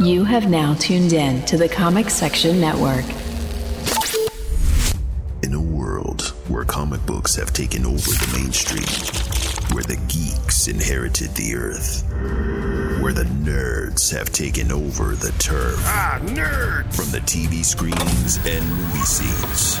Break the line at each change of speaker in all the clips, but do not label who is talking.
You have now tuned in to the Comic Section Network.
In a world where comic books have taken over the mainstream, where the geeks inherited the earth, where the nerds have taken over the turf.
Ah, nerds!
From the TV screens and movie scenes.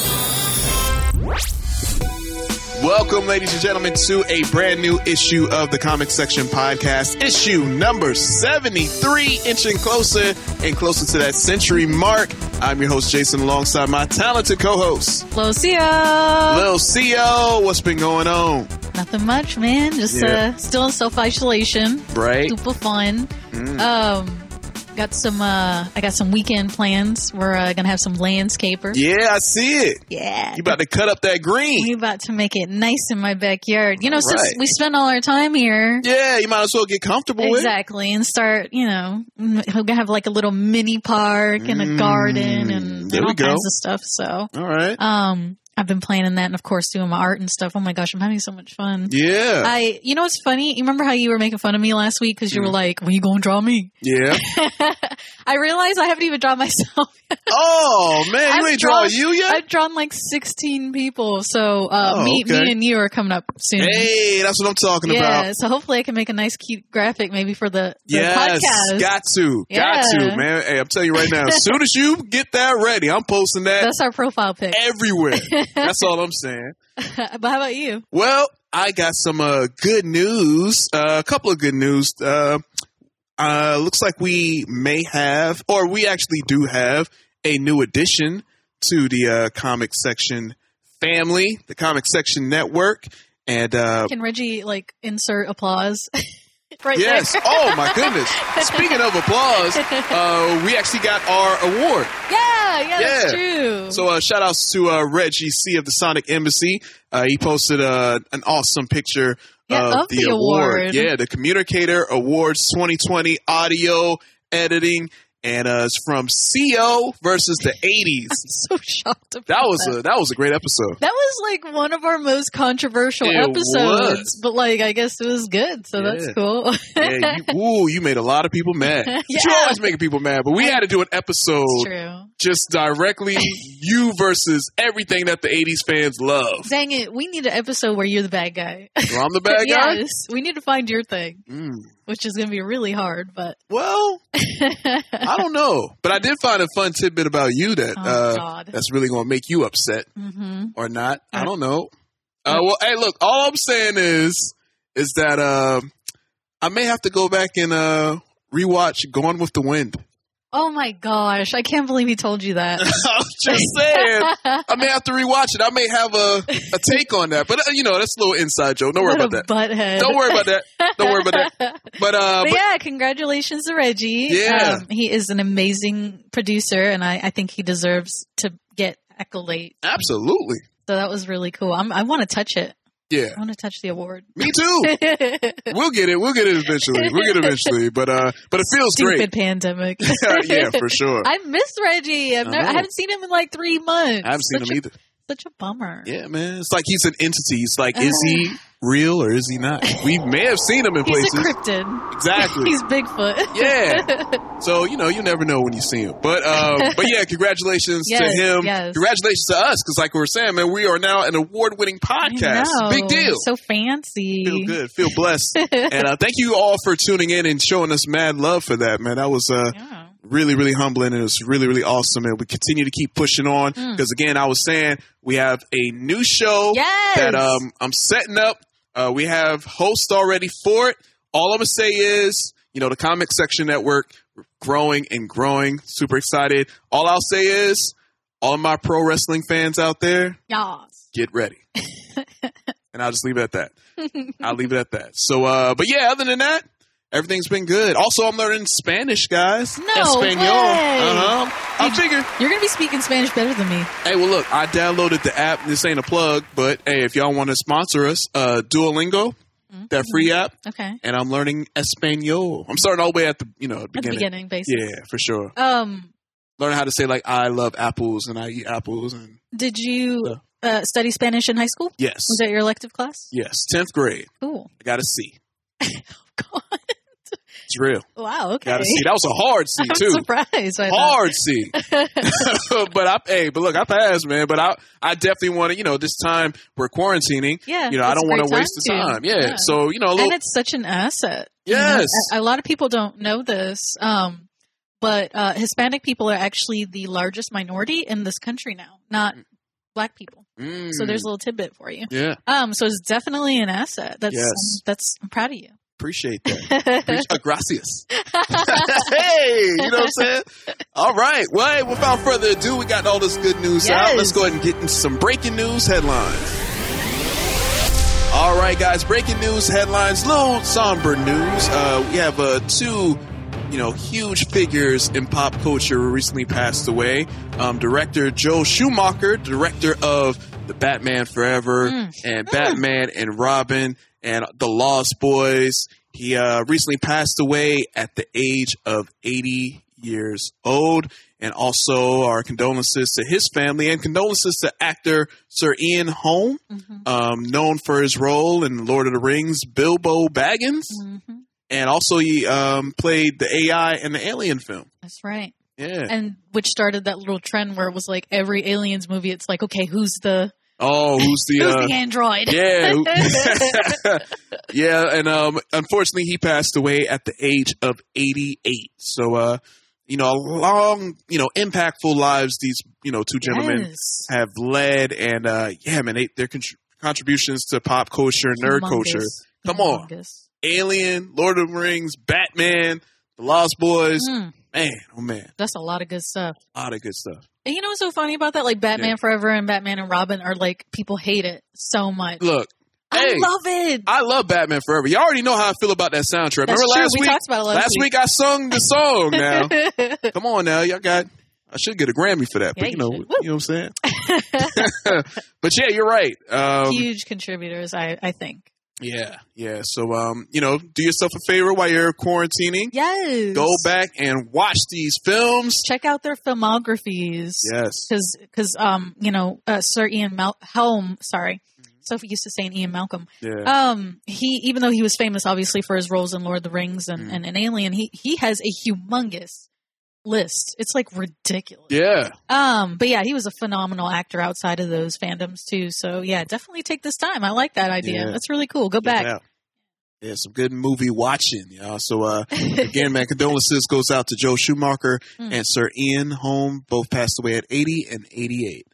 Welcome, ladies and gentlemen, to a brand new issue of the Comic Section Podcast, issue number 73, inching closer and closer to that century mark. I'm your host, Jason, alongside my talented co host,
Lucia.
Lil CO. What's been going on?
Nothing much, man. Just
Yeah.
uh, still in self isolation.
Right. Mm.
Super fun. Um, got some. Uh, I got some weekend plans. We're uh, gonna have some landscapers.
Yeah, I see it.
Yeah.
You about to cut up that
We
green.
about to make it nice in my backyard. You know, since
Right.
we spend all our time here.
Yeah, you might as well get comfortable with it.
Exactly, and start, you know, m- we'll have like a little mini park and a garden and,
Mm. there
and
we
all
go.
kinds of stuff. So,
All right.
um, I've been planning that, and of course, doing my art and stuff. Oh my gosh, I'm having so much fun.
Yeah.
I, you know, what's funny. You remember how you were making fun of me last week because
Mm.
you were like, "When you gonna draw me?"
yeah.
I realize I haven't even drawn myself.
oh, man, you
I've
ain't draw
drawn-
you yet?
I've drawn like sixteen people, so uh,
Oh,
me,
okay.
me and you are coming up soon.
Hey, that's what I'm talking
yeah,
about.
so hopefully I can make a nice, cute graphic maybe for the, the
Yes,
podcast.
got to, got
Yeah.
to, man. Hey, I'm telling you right now. As soon as you get that ready, I'm posting that
That's our profile pic.
everywhere. That's all I'm saying.
but how about you?
Well, I got some uh, good news. Uh, a couple of good news. Uh, uh, looks like we may have, or we actually do have, a new addition to the uh, comic section family, the comic section network, and uh,
Can Reggie like insert applause? right
Yes.
there.
Oh my goodness. Speaking of applause, uh, we actually got our award.
Yeah, yeah, that's
Yeah.
true.
So uh, shout outs to uh, Reggie C of the Sonic Embassy. Uh, he posted uh, an awesome picture
Yeah,
of, the, award. Yeah, the Communicator Awards 2020 audio editing, and uh, it's from CO versus the 80s.
so shocked. About
That was a that was a great episode.
That was like one of our most controversial
It
episodes,
was.
but like I guess it was good, so
Yeah.
that's cool.
Yeah, you, ooh, you made a lot of people mad. But You're
Yeah.
always making people mad, but we had to do an
It's
episode
true.
just directly you versus everything that the 80s fans love.
Dang it, we need an episode where you're the bad guy.
Well, I'm the bad guy?
yes, we need to find your thing,
Mm.
which is going to be really hard, but
Well, I don't know. But I did find a fun tidbit about you that
oh
uh,
god.
that's really going to make you upset
hmm
or not. I don't know. Uh, well, hey, look, all I'm saying is is that uh, I may have to go back and uh, rewatch Gone with the Wind.
Oh my gosh, I can't believe he told you that.
I'm just saying. I may have to rewatch it. I may have a, a take on that. But, uh, you know, that's a little inside joke. Don't worry
what
about that.
a butthead.
Don't worry about that. Don't worry about that. But uh,
But
but,
yeah, congratulations to Reggie.
Yeah.
Um, he is an amazing producer, and I, I think he deserves to get accolade.
absolutely,
So that was really cool. I'm, I want to touch it.
yeah,
I want to touch the award.
me too.
Stupid
We'll get it. We'll get it eventually. We'll get it eventually. But uh, but it feels
pandemic.
great. yeah, for sure. I,
I miss Reggie. I've
I
never, I
know.
haven't seen him in like three months.
haven't seen
such
him
a,
either.
Such a bummer.
Yeah, man, it's like he's an entity. It's like, is he real or is he not? We may have seen him in
Uh-huh. He's
places.
a cryptid.
exactly.
He's Bigfoot.
Yeah. So you know, you never know when you see him. But um, but yeah, congratulations
Yes,
to him.
yes.
Congratulations to us because, like we were saying, man, we are now an award-winning podcast.
I know.
Big deal.
So fancy.
feel good, feel blessed, and uh, thank you all for tuning in and showing us mad love for that, man. That was uh,
Yeah.
really, really humbling, and it was really, really awesome. And we continue to keep pushing on
Mm.
because, again, I was saying we have a new show
Yes.
that um, I'm setting up. Uh, we have hosts already for it. All I'm gonna say is, you know, the Comic Section Network we're growing and growing. Super excited. All I'll say is, all my pro wrestling fans out there,
Yas.
get ready. and I'll just leave it at that. I'll leave it at that. So, uh, but yeah, other than that, Everything's been good. Also, I'm learning Spanish, guys.
No
Espanol.
way.
Uh huh. I
You-
figure.
You're going to be speaking Spanish better than me.
Hey, well, look, I downloaded the app. This ain't a plug, but hey, if y'all want to sponsor us, uh, Duolingo,
Mm-hmm.
that free app,
Okay.
and I'm learning Espanol. I'm starting all the way at the you know
At the
beginning.
beginning, basically.
Yeah, for sure.
Um,
Learn how to say like I love apples and I eat apples and
did you uh, study Spanish in high school?
yes,
Was that your elective class?
yes. Tenth grade,
Cool.
I got a C.
God.
It's real.
Wow. Okay.
Got a C. That was a hard C
I'm
too.
surprised. By that.
hard C. but I hey, but look, I passed, man. But I I definitely want to, you know, this time we're quarantining.
Yeah,
You know, I
it's a
don't want
great
to
time
waste the
to.
time. Yeah.
Yeah.
So, you know, a little
and it's such an asset. you know?
Yes.
A, a lot of people don't know this, um, but uh, Hispanic people are actually the largest minority in this country now, not black people.
Mm,
So there's a little tidbit for you.
Yeah,
Um, so it's definitely an asset. That's
Yes.
that's I'm proud of you.
appreciate that. Appreciate- uh, gracias. hey, you know what I'm saying? All right. Well, hey, without further ado, we got all this good news out.
Yes.
Let's go ahead and get into some breaking news headlines. All right, guys. Breaking news headlines. Little somber news. Uh, we have uh, two, you know, huge figures in pop culture who recently passed away. Um, director Joe Schumacher, director of the Batman Forever and Batman and Robin and the Lost Boys. He uh, recently passed away at the age of 80 years old. And also our condolences to his family and condolences to actor Sir Ian Holm um, known for his role in Lord of the Rings, Bilbo Baggins,
hmm
and also he um, played the AI in the Alien film.
That's right.
Yeah.
And which started that little trend where it was like every aliens movie, it's like, okay, who's the
oh, who's the?
who's
uh,
the android?
yeah, who- yeah, and um, unfortunately, he passed away at the age of eighty-eight. So, uh, you know, long, you know, impactful lives these, you know, two gentlemen
Yes.
have led, and uh, yeah, man, they, their contr contributions to pop culture, nerd culture,
Humongous.
Come on.
Humongous.
Alien, Lord of the Rings, Batman, The Lost Boys.
Mm,
Man, oh man,
that's a lot of good stuff.
a lot of good stuff.
And you know what's so funny about that? Like Batman
Yeah.
Forever and Batman and Robin are like people hate it so much.
Look,
I
hey,
love it.
I love Batman Forever. You already know how I feel about that soundtrack.
That's
Remember
true.
last
we
week?
talked about it last,
last week I sung the song. Now, come on, now y'all got. I should get a Grammy for that,
Yeah,
but you
you
know,
should.
you,
Woo.
know what I'm saying. but yeah, you're right. Um,
Huge contributors, I, I think.
yeah, yeah. So, um, you know, do yourself a favor while you're quarantining.
Yes.
Go back and watch these films.
Check out their filmographies.
Yes.
Because, um, you know, uh, Sir Ian Mal- Helm, sorry. Sophie used to say Ian Malcolm.
Mm-hmm. Yeah.
Um, he, even though he was famous, obviously, for his roles in Lord of the Rings and,
Mm.
and, and Alien, he, he has a humongous list. It's like ridiculous.
Yeah.
Um, but yeah, he was a phenomenal actor outside of those fandoms too. So yeah, definitely take this time. I like that idea.
Yeah.
That's really cool. Go
Check it
back.
out. Yeah, some good movie watching, y'all. So uh, again, man, condolences goes out to Joe Schumacher
Mm.
and Sir Ian Holm, both passed away at 80 and 88.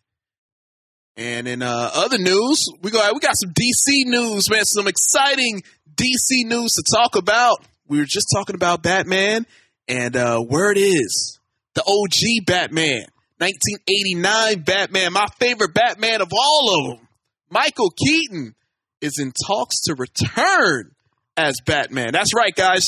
And in uh, other news, we got we got some DC news, man. Some exciting DC news to talk about. We were just talking about Batman, and uh, word is the OG Batman, 1989 Batman, my favorite Batman of all of them, Michael Keaton is in talks to return as Batman. That's right, guys.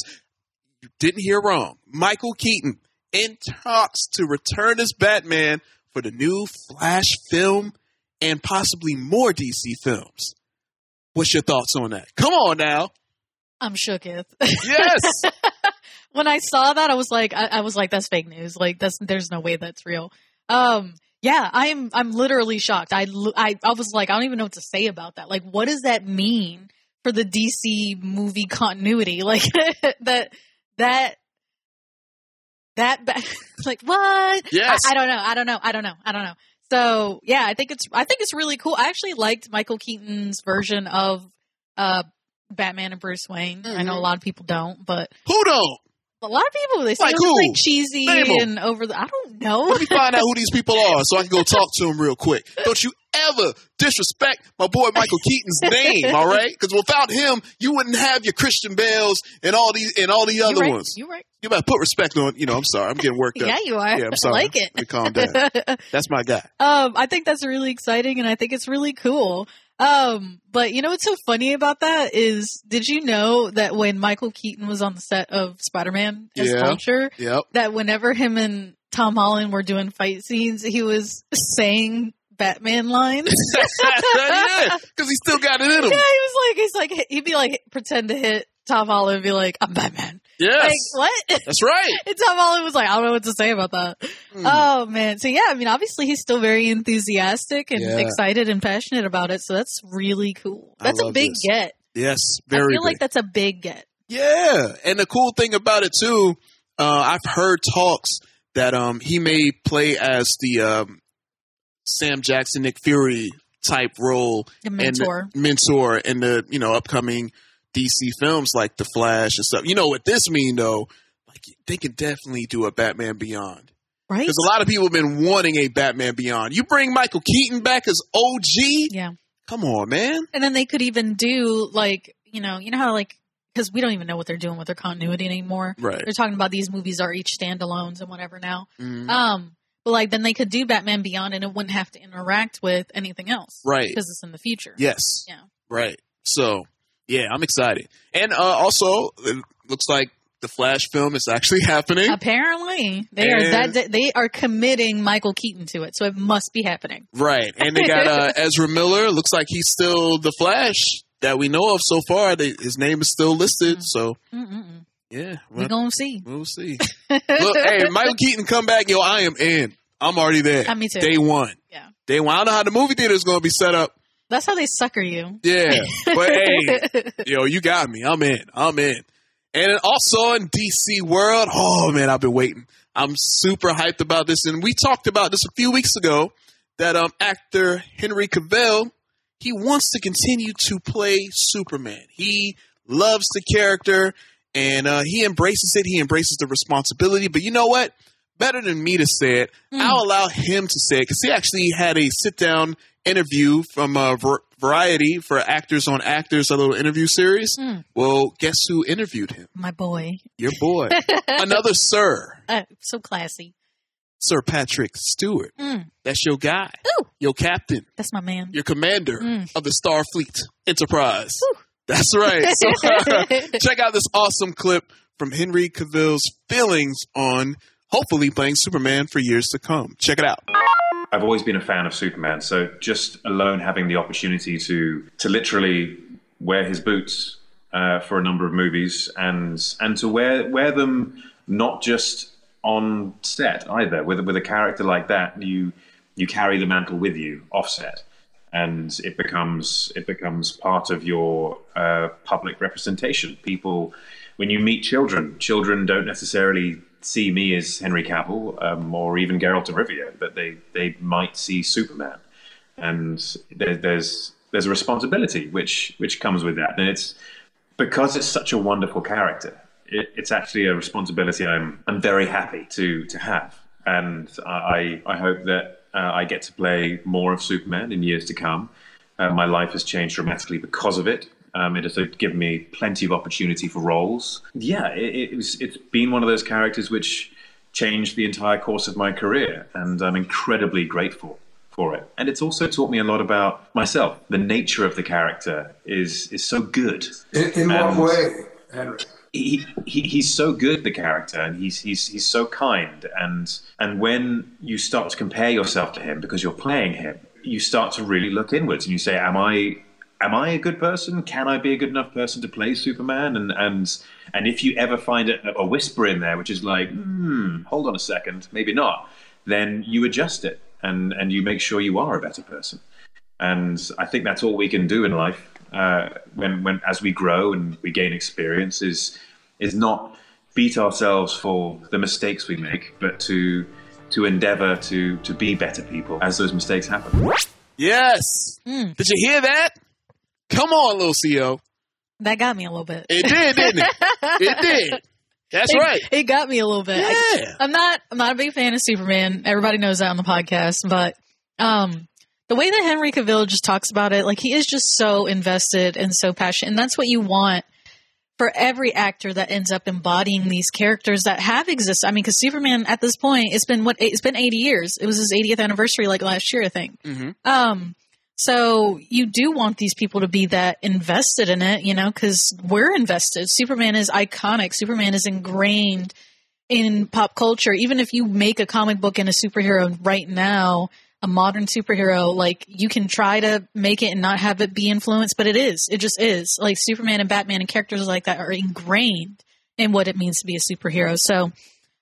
You didn't hear wrong. Michael Keaton in talks to return as Batman for the new Flash film and possibly more DC films. What's your thoughts on that? Come on now.
I'm shooketh.
Yes.
when I saw that, I was like, I, I was like, that's fake news. Like that's, there's no way that's real. Um, yeah, I'm, I'm literally shocked. I, l- I, I was like, I don't even know what to say about that. Like, what does that mean for the DC movie continuity? Like that, that, that, ba- like what?
Yes.
I, I don't know. I don't know. I don't know. I don't know. So yeah, I think it's I think it's really cool. I actually liked Michael Keaton's version of uh, Batman and Bruce Wayne. I know a lot of people don't, but
who don't?
a lot of people they say
Like
it was
who?
like cheesy
Name 'em.
and over the. I don't know.
Let me find out who these people are so I can go talk to them real quick. Don't you ever disrespect my boy Michael Keaton's name, all right? Because without him, you wouldn't have your Christian Bales and all these and all the other
you right.
ones.
You right?
You better put respect on. You know, I'm sorry. I'm getting worked up.
Yeah, you are.
Yeah, I'm sorry.
I like it.
Let me calm down. That's my guy.
um, I think that's really exciting, and I think it's really cool. Um, but you know what's so funny about that is, did you know that when Michael Keaton was on the set of Spider Man as
Yeah.
Vulture,
Yep.
that whenever him and Tom Holland were doing fight scenes, he was saying Batman lines.
yeah, because he still got it in
yeah, he
him.
was like, he's like, he'd be like, pretend to hit Tom Holland and be like, I'm Batman.
Yes,
Like, what?
that's right.
and Tom Holland was like, I don't know what to say about that.
Hmm.
Oh man. So yeah, I mean, obviously he's still very enthusiastic and
Yeah.
excited and passionate about it. So that's really cool.
I
That's a
love
big
this.
get.
Yes,
I feel
very.
like
big.
that's a big get.
Yeah, and the cool thing about it too, uh, I've heard talks that um, he may play as the um, Sam Jackson, Nick Fury type role
The mentor.
and mentor in the you know upcoming DC films like The Flash and stuff. You know what this mean though? Like they can definitely do a Batman Beyond
right?
because a lot of people have been wanting a Batman Beyond. You bring Michael Keaton back as OG?
Yeah.
Come on, man.
And then they could even do like, you know, you know how like because we don't even know what they're doing with their continuity anymore.
Right.
They're talking about these movies are each standalones and whatever now.
Mm,
Um, but like then they could do Batman Beyond and it wouldn't have to interact with anything else.
right.
Because it's in the future.
Yes.
Yeah.
Right. So, yeah, I'm excited. And uh, also, it looks like the Flash film is actually happening.
Apparently, they are
And-
that they are committing Michael Keaton to it, so it must be happening.
Right. And they got uh, Ezra Miller. Looks like he's still the Flash that we know of so far. They, his name is still listed. So,
Mm-mm-mm.
yeah,
We
we'll,
gonna see.
we'll see. Look, hey, Michael Keaton, come back. Yo, I am in. I'm already there.
Uh, me too.
Day one.
Yeah.
Day one. I don't know how the movie theater is going to be set up.
That's how they sucker you.
Yeah. But hey, yo, you got me. I'm in. I'm in. And then also in DC World, oh man, I've been waiting. I'm super hyped about this. And we talked about this a few weeks ago that um actor Henry Cavill, he wants to continue to play Superman. He loves the character and uh, he embraces it. He embraces the responsibility. But you know what? Better than me to say it, I'll allow him to say it because he actually had a sit down interview from uh, Var- Variety for Actors on Actors, a little interview series.
Mm.
Well, guess who interviewed him?
My boy,
Your boy. Another sir,
uh, so classy.
Sir Patrick Stewart.
Mm.
That's your guy,
Ooh.
your captain,
That's my man.
your commander
Mm.
of the Starfleet Enterprise. That's right. So, check out this awesome clip from Henry Cavill's feelings on hopefully playing Superman for years to come. Check it out.
I've always been a fan of Superman, so just alone having the opportunity to to literally wear his boots uh, for a number of movies and and to wear wear them not just on set either. With with a character like that, you you carry the mantle with you offset, and it becomes it becomes part of your uh, public representation. People, when you meet children, children don't necessarily see me as Henry Cavill um, or even Geralt of Rivia, but they they might see Superman, and there, there's there's a responsibility which which comes with that, and it's because it's such a wonderful character. It, it's actually a responsibility I'm I'm very happy to to have, and I I hope that uh, I get to play more of Superman in years to come. Uh, my life has changed dramatically because of it. Um, it has given me plenty of opportunity for roles. Yeah, it, it was, it's been one of those characters which changed the entire course of my career, and I'm incredibly grateful for it. And it's also taught me a lot about myself. The nature of the character is is so good.
In, in what
And-
way, Henry?
he, he he's so good the character and he's he's he's so kind and and when you start to compare yourself to him because you're playing him you start to really look inwards and you say am i am i a good person can i be a good enough person to play superman and and and if you ever find a, a whisper in there which is like hmm hold on a second maybe not then you adjust it and and you make sure you are a better person and I think that's all we can do in life. Uh, when, when as we grow and we gain experience, is is not beat ourselves for the mistakes we make, but to to endeavour to to be better people as those mistakes happen.
Yes.
Mm.
Did you hear that? Come on, little CO.
that got me a little bit.
It did, didn't it? It did. That's right.
It got me a little bit. I-
Yeah.
I'm not. I'm not a big fan of Superman. Everybody knows that on the podcast, but um, the way that Henry Cavill just talks about it, like he is just so invested and so passionate, and that's what you want for every actor that ends up embodying these characters that have existed. I mean, because Superman at this point, it's been what it's been 80 years. It was his 80th anniversary, like last year, I think. Um, So you do want these people to be that invested in it, you know, because we're invested. Superman is iconic. Superman is ingrained in pop culture. Even if you make a comic book and a superhero right now, a modern superhero, like you can try to make it and not have it be influenced, but it is. It just is. Like Superman and Batman and characters like that are ingrained in what it means to be a superhero. So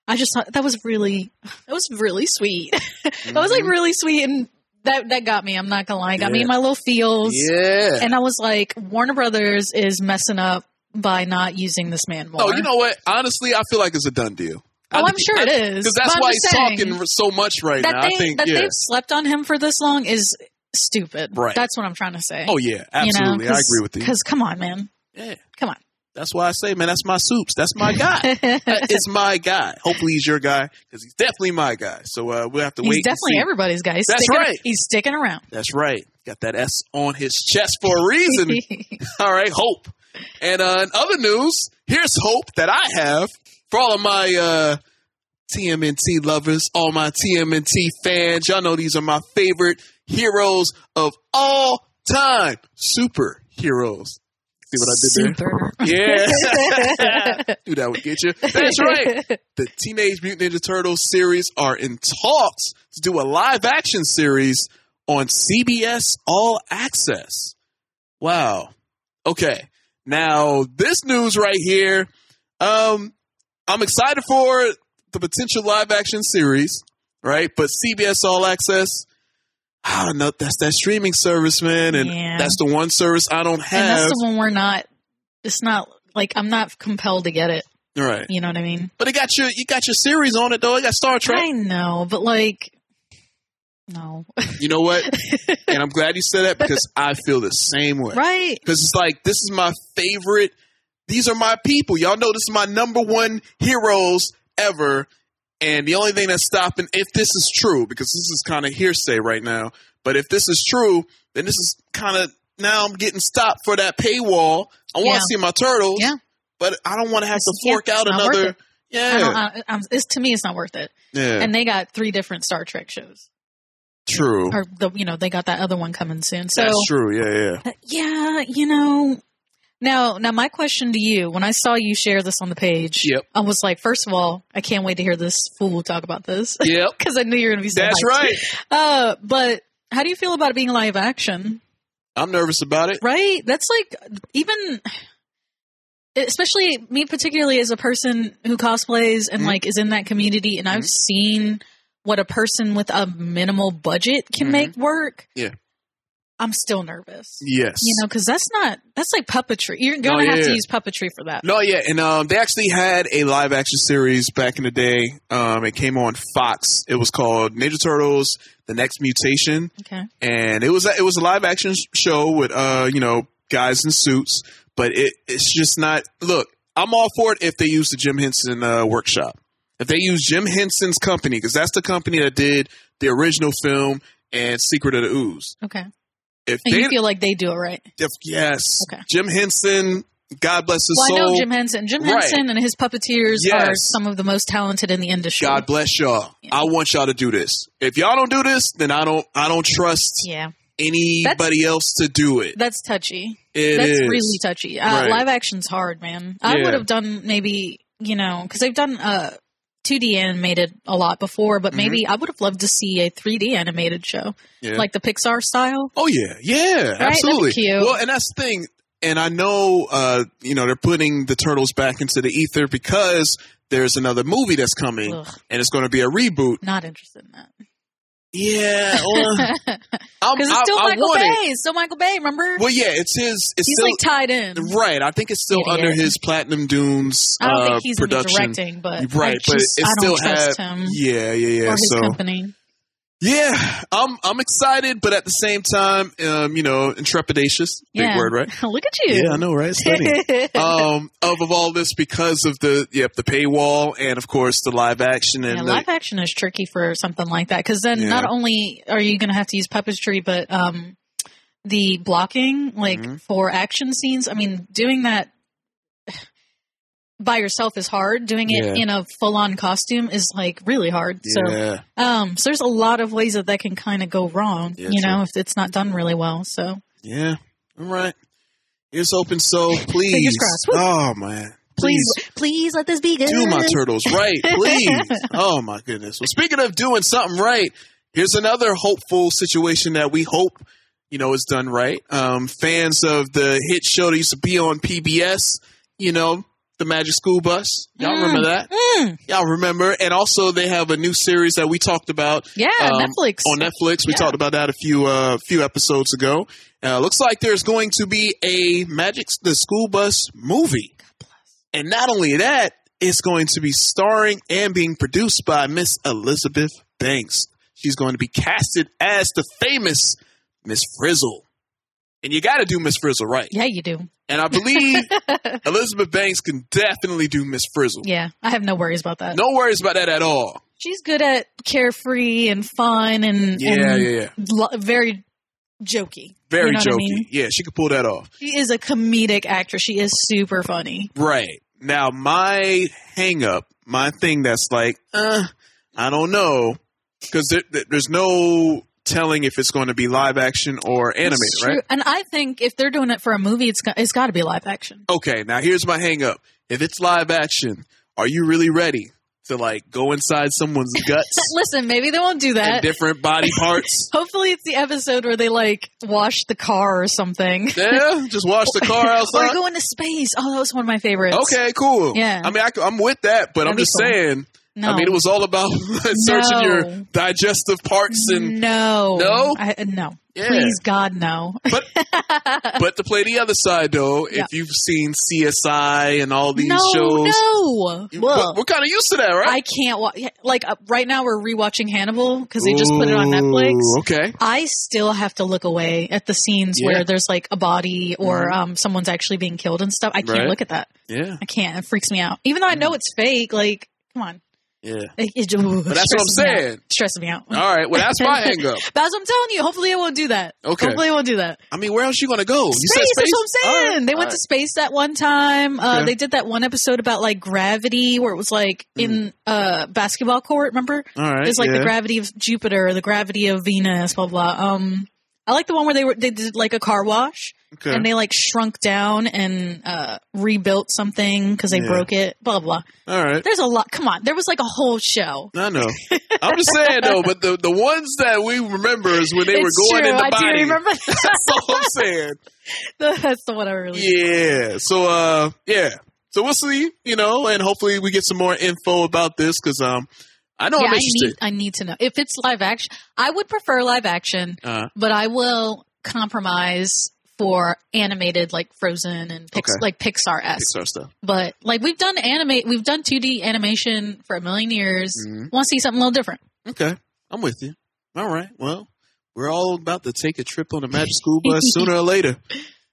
I just thought that was really that was really sweet. that was like really sweet and that that got me. I'm not gonna lie, it got me in my little feels.
Yeah.
And I was like, Warner Brothers is messing up by not using this man more.
Oh, you know what? Honestly, I feel like it's a done deal.
Oh, I'm sure it is.
Because that's
But I'm
why he's
just saying
talking so much right
that
now.
they
I think,
that
yeah.
they've slept on him for this long is stupid.
Right.
That's what I'm trying to say.
Oh, yeah. Absolutely. I agree with you.
Because come on, man.
Yeah.
Come on.
That's why I say, man, that's my soups. That's my guy. that is my guy. Hopefully he's your guy because he's definitely my guy. So uh, we'll have to
He's
wait. and
definitely
see.
everybody's guy. He's
That's
sticking,
right.
He's sticking around.
That's right. Got that S on his chest for a reason. all right, hope. And uh, in other news, here's hope that I have for all of my uh, TMNT lovers, all my TMNT fans. Y'all know these are my favorite heroes of all time. Superheroes. See what I did there?
Super.
Yeah. Knew that would get you. That's right. The Teenage Mutant Ninja Turtles series are in talks to do a live action series on CBS All Access. Wow. Okay. Now, this news right here, um, I'm excited for the potential live action series, right? But CBS All Access, I don't know. That's that streaming service, man. And
Yeah.
that's the one service I don't
And
have.
that's the one we're not. It's not like I'm not compelled to get it.
right.
You know what I mean?
But it got your you got your series on it though. It got Star Trek.
I know, but like, no,
You know what? and I'm glad you said that because I feel the same way.
right?
Because it's like this is my favorite. These are my people. Y'all know this is my number one heroes ever. And the only thing that's stopping, if this is true, because this is kind of hearsay right now, but if this is true, then this is kind of now I'm getting stopped for that paywall. I want to see
Yeah.
my turtles,
Yeah.
but I don't want to have to
It's- yeah,
fork out
it's not worth
another.
it. I don't,
Yeah,
I, I'm, it's to me, it's not worth it.
yeah,
And they got three different Star Trek shows,
true.
or the, you know, they got that other one coming soon. So
That's true. Yeah, yeah.
yeah, you know. Now, now, my question to you: When I saw you share this on the page,
Yep.
I was like, first of all, I can't wait to hear this fool talk about this
Yep.
because I knew you were going to be. So
That's
hyped.
right.
Uh, but how do you feel about it being live action?
I'm nervous about it.
Right? That's like even especially me particularly as a person who cosplays and
Mhm.
like is in that community and
Mm-hmm.
I've seen what a person with a minimal budget can
Mhm.
make work.
Yeah.
I'm still nervous.
Yes.
You know, cuz that's not that's like puppetry. You're
No,
going to have to
yeah.
use puppetry for that.
no, yeah, and um, they actually had a live action series back in the day. Um, it came on Fox. It was called Ninja Turtles: The Next Mutation,
Okay.
and it was a, it was a live action sh- show with uh, you know, guys in suits. But it it's just not. Look, I'm all for it if they use the Jim Henson uh, workshop. If they use Jim Henson's company, because that's the company that did the original film and Secret of the Ooze.
Okay.
If
And
they
you feel like they do it right.
Def- yes.
Okay.
Jim Henson, God bless his
Well, I
soul.
know Jim Henson. Jim
Right.
Henson and his puppeteers are
Yes.
some of the most talented in the industry.
God bless y'all. I want y'all to do this. If y'all don't do this, then I don't I don't trust
Yeah.
anybody else to do it.
That's touchy.
It
That's
is.
really touchy. Uh,
Right.
Live action's hard, man. I
Yeah.
would have done maybe you know because they've done uh, 2D animated a lot before, but maybe I would have loved to see a 3D animated show
Mm-hmm. Yeah.
like the Pixar style.
Oh yeah, yeah,
be
absolutely.
cute.
Well, and that's the thing. And I know, uh, you know, they're putting the turtles back into the ether because there's another movie that's coming,
Ugh.
and it's going to be a reboot.
Not interested in that
Yeah, well, I'm,
because
I-
it's still
I
Michael
want it.
Bay. It's still Michael Bay. Remember,
Well, yeah, it's his. It's
he's
still,
like tied in.
Right. I think it's still
Idiot.
under his Platinum Dunes
I don't
uh,
think he's in the
production.
directing, but I
right, but
just-
it
I
still
don't trust
had-
him
Yeah, yeah,
or
yeah.
his
So
company.
yeah, I'm I'm excited, but at the same time, um, you know, intrepidatious. Big
Yeah.
word, right?
Look at you.
Yeah, I know, right? Studying. um, of of all this because of the yep the paywall and of course the live action and
Yeah,
the-
live action is tricky for something like that because then
Yeah.
not only are you going to have to use puppetry, but um, the
Mm-hmm.
blocking, like for action scenes. I mean, doing that. by yourself is hard. Doing it
Yeah.
in a full on costume is like really hard. So
Yeah.
um, so there's a lot of ways that that can kind of go wrong.
Yeah,
you
true.
know, if it's not done really well. So
Yeah. All right. It's open, so please.
crossed. Woo.
Oh man.
please, please, let this be good.
do my turtles right, please. oh my goodness. Well, speaking of doing something right, here's another hopeful situation that we hope you know is done right. Um, fans of the hit show that used to be on PBS, you know, the Magic School Bus. Y'all remember that?
Mm,
Y'all remember? And also, they have a new series that we talked about
yeah,
um,
Netflix.
on Netflix. We
Yeah.
talked about that a few uh, few episodes ago. Uh, looks like there's going to be a Magic the School Bus movie, and not only that, it's going to be starring and being produced by Miss Elizabeth Banks. She's going to be casted as the famous Miss Frizzle, and you got to do Miss Frizzle right.
yeah, you do.
And I believe Elizabeth Banks can definitely do Miss Frizzle.
Yeah, I have no worries about that.
No worries about that at all.
She's good at carefree and fun and,
Yeah,
and
yeah, yeah.
lo- very jokey.
Very
You know what I
jokey.
mean?
Yeah, she could pull that off.
She is a comedic actress. She is super funny.
Right. Now, my hang up, my thing that's like, uh, I don't know, because there, there- there's no telling if it's going to be live action or animated,
It's true.
right?
And I think if they're doing it for a movie, it's go- it's got to be live action.
Okay, now here's my hang up. If it's live action, are you really ready to like go inside someone's guts
Listen, maybe they won't do
and
that.
different body parts?
Hopefully, it's the episode where they like wash the car or something.
yeah, just wash the car
or
outside.
go into space. Oh, that was one of my favorites.
Okay, cool.
Yeah.
I mean, I, am with that, but
That'd
I'm
be
just
cool.
saying.
No.
I mean, it was all about searching
No.
your digestive parts and
no.
No?
I, no.
Yeah.
Please, God, no.
But but to play the other side though,
Mm. Yeah.
if you've seen CSI and all these
no,
shows,
no.
you-
Well,
we're, kind of used to that, right?
I can't watch. Like uh, right now, we're rewatching Hannibal because they just put it on Netflix.
Ooh, Okay,
I still have to look away at the scenes
Yeah. Mm-hmm.
where there's like a body or um, someone's actually being killed and stuff. I can't
Right.
look at that.
yeah,
I can't. It freaks me out. Even though I know it's fake. Like, come on.
yeah.
It, it, ooh,
But that's what I'm
stresses me out.
saying.
Stresses me out.
All right, well that's my hang up.
But That's what I'm telling you. Hopefully, I won't do that.
Okay.
Hopefully, I won't do that.
I mean, where else you gonna go? You
Space, That's what I'm
All right,
saying. they
all
went
right.
to space that one time. Uh,
Okay. Hmm.
They did that one episode about like gravity, where it was like in uh, basketball court. Remember?
All right,
There's like
yeah.
the gravity of Jupiter, the gravity of Venus, blah blah. Um, I like the one where they were they did like a car wash
Okay.
and they like shrunk down and uh, rebuilt something because they
Yeah.
broke it. Blah blah.
All right.
There's a lot. Come on, there was like a whole show.
I know. I'm just saying though, but the the ones that we remember is when they
it's
were going
true.
in the
I
body.
do remember.
That's all I'm saying.
That. That's the one I really.
Yeah. So uh yeah. So we'll see, you know, and hopefully we get some more info about this because um I know
Yeah,
I'm
I
interested.
need, I need to know if it's live action. I would prefer live action,
Uh-huh.
but I will compromise for animated, like Frozen and Pix-
Okay.
like Pixar esque.
Pixar stuff.
But like we've done animate, we've done two D animation for a million years.
Mm-hmm.
Want to see something a little different?
Okay, I'm with you. All right. Well, we're all about to take a trip on the Magic School Bus sooner or later,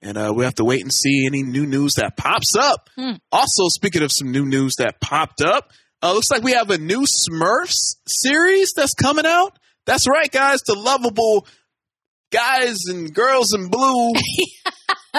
and uh, we have to wait and see any new news that pops up.
Hmm.
Also, speaking of some new news that popped up, uh, looks like we have a new Smurfs series that's coming out. That's right, guys. The lovable guys and girls in blue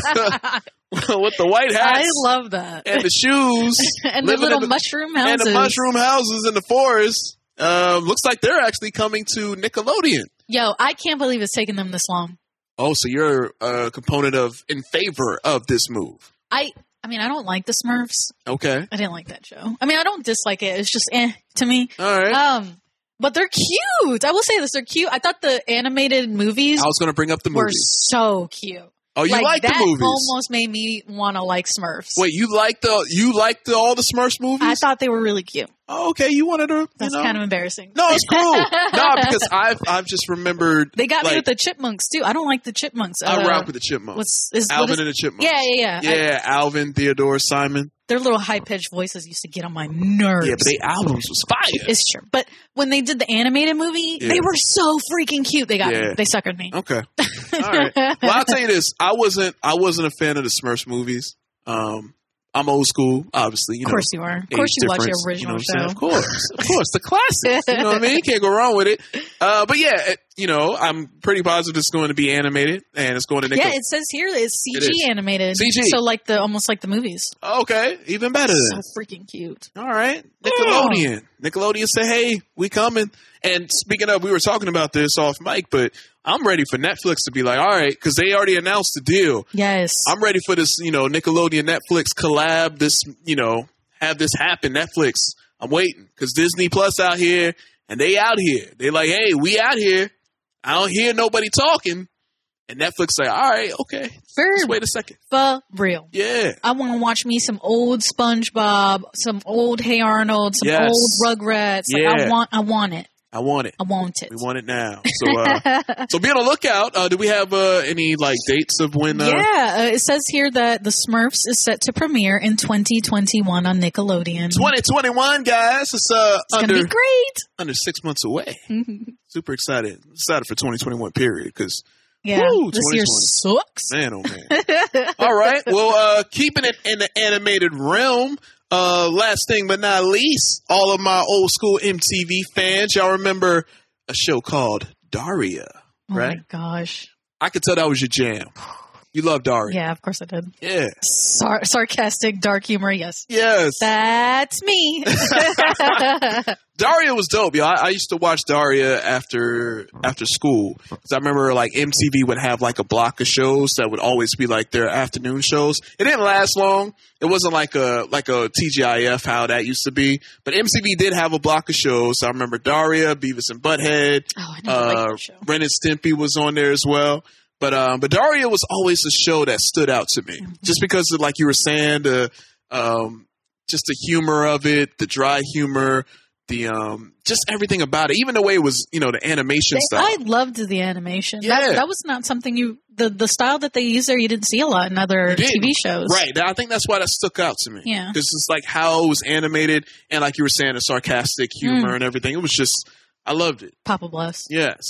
with the white
I
hats
love that.
and the shoes
And the
living in
little
the-
mushroom houses.
and the mushroom houses in the forest. Uh, looks like they're actually coming to Nickelodeon.
Yo, I can't believe it's taken them this long.
Oh, so you're a component of in favor of this move?
I, I mean, I don't like the Smurfs.
Okay,
I didn't like that show. I mean, I don't dislike it. It's just eh to me.
all right.
Um, but they're cute. I will say this: they're cute. I thought the animated movies
I was going to bring up the
were
movies.
so cute.
Oh, you like,
that
the movies?
almost made me want to like Smurfs.
Wait, you like the you like the all the Smurfs movies?
I thought they were really cute.
oh, okay, you wanted to.
That's
you know.
kind of embarrassing.
no, it's cool. no, because I've I've just remembered
They got me
like,
with the chipmunks too. I don't like the chipmunks.
I
Uh,
rock with the Chipmunks.
What's is, what
Alvin
is-
and the Chipmunks?
yeah, yeah, yeah. I-
yeah. Alvin, Theodore, Simon.
their little high pitched voices used to get on my nerves.
Yeah, but they albums was fire.
it's true. But when they did the animated movie,
Yeah.
they were so freaking cute. They got
Yeah.
me. They suckered me.
Okay. All right. Well, I'll tell you this. I wasn't I wasn't a fan of the Smurfs movies. Um, I'm old school, obviously. You
Of
know,
course you are. Of
age
course you watch the
difference, you
original
know
show.
what I'm saying? Of course, of course, the classics. You know what I mean? Can't go wrong with it. Uh, but yeah, it, you know, I'm pretty positive it's going to be animated and it's going to make
Yeah,
a-
it says here that it's
It
CG
is.
animated.
CG.
So like the almost like the movies.
okay, even better.
So
Then.
freaking cute.
All right, Nickelodeon. Nickelodeon said, "Hey, we coming." And speaking of, we were talking about this off mic, but I'm ready for Netflix to be like, "All right," because they already announced the deal.
Yes.
I'm ready for this, you know, Nickelodeon Netflix collab. This, you know, have this happen. Netflix, I'm waiting because Disney Plus out here and they out here. They like, hey, we out here. I don't hear nobody talking, and Netflix like, all right, okay, just
For,
wait a second,
for real.
yeah,
I want to watch me some old SpongeBob, some old Hey Arnold, some
Yes.
old Rugrats. Like,
Yeah.
I want, I want it.
I want it.
I want it.
We want it now. So, uh, so be on the lookout. Uh, do we have uh, any like dates of when? Uh,
Yeah, uh, it says here that the Smurfs is set to premiere in 2021 on Nickelodeon.
2021, guys. It's uh
it's
under
gonna be great.
under six months away. Super excited. Excited for 2021 period because
Yeah,
Woo,
this year
2020.
sucks.
Man, oh man. All right. Well, uh, keeping it in the animated realm. Uh, last thing but not least, all of my old school MTV fans, y'all remember a show called Daria,
Oh
right?
my gosh.
I could tell that was your jam. You love Daria.
Yeah, of course I did.
Yeah.
Sar- sarcastic, dark humor. Yes,
Yes.
that's me.
Daria was dope, yo. I, I used to watch Daria after after school 'Cause I remember like MTV would have like a block of shows that would always be like their afternoon shows. It didn't last long. It wasn't like a like a TGIF how that used to be, but MTV did have a block of shows. I remember Daria, Beavis and Butthead,
oh, I never
uh,
liked that show.
Ren and Stimpy was on there as well. But um, but Daria was always a show that stood out to me,
Mm-hmm.
just because of like you were saying, the um, just the humor of it, the dry humor, the um, just everything about it, even the way it was, you know, the animation
They-
style.
I loved the animation.
Yeah.
That, that was not something you the the style that they use there. You didn't see a lot in other
You didn't.
TV shows,
Right. I think that's why that stuck out to me.
Yeah.
Because it's like how it was animated and like you were saying, the sarcastic
Mm.
humor and everything. It was just, I loved it.
Papa Bless.
Yes.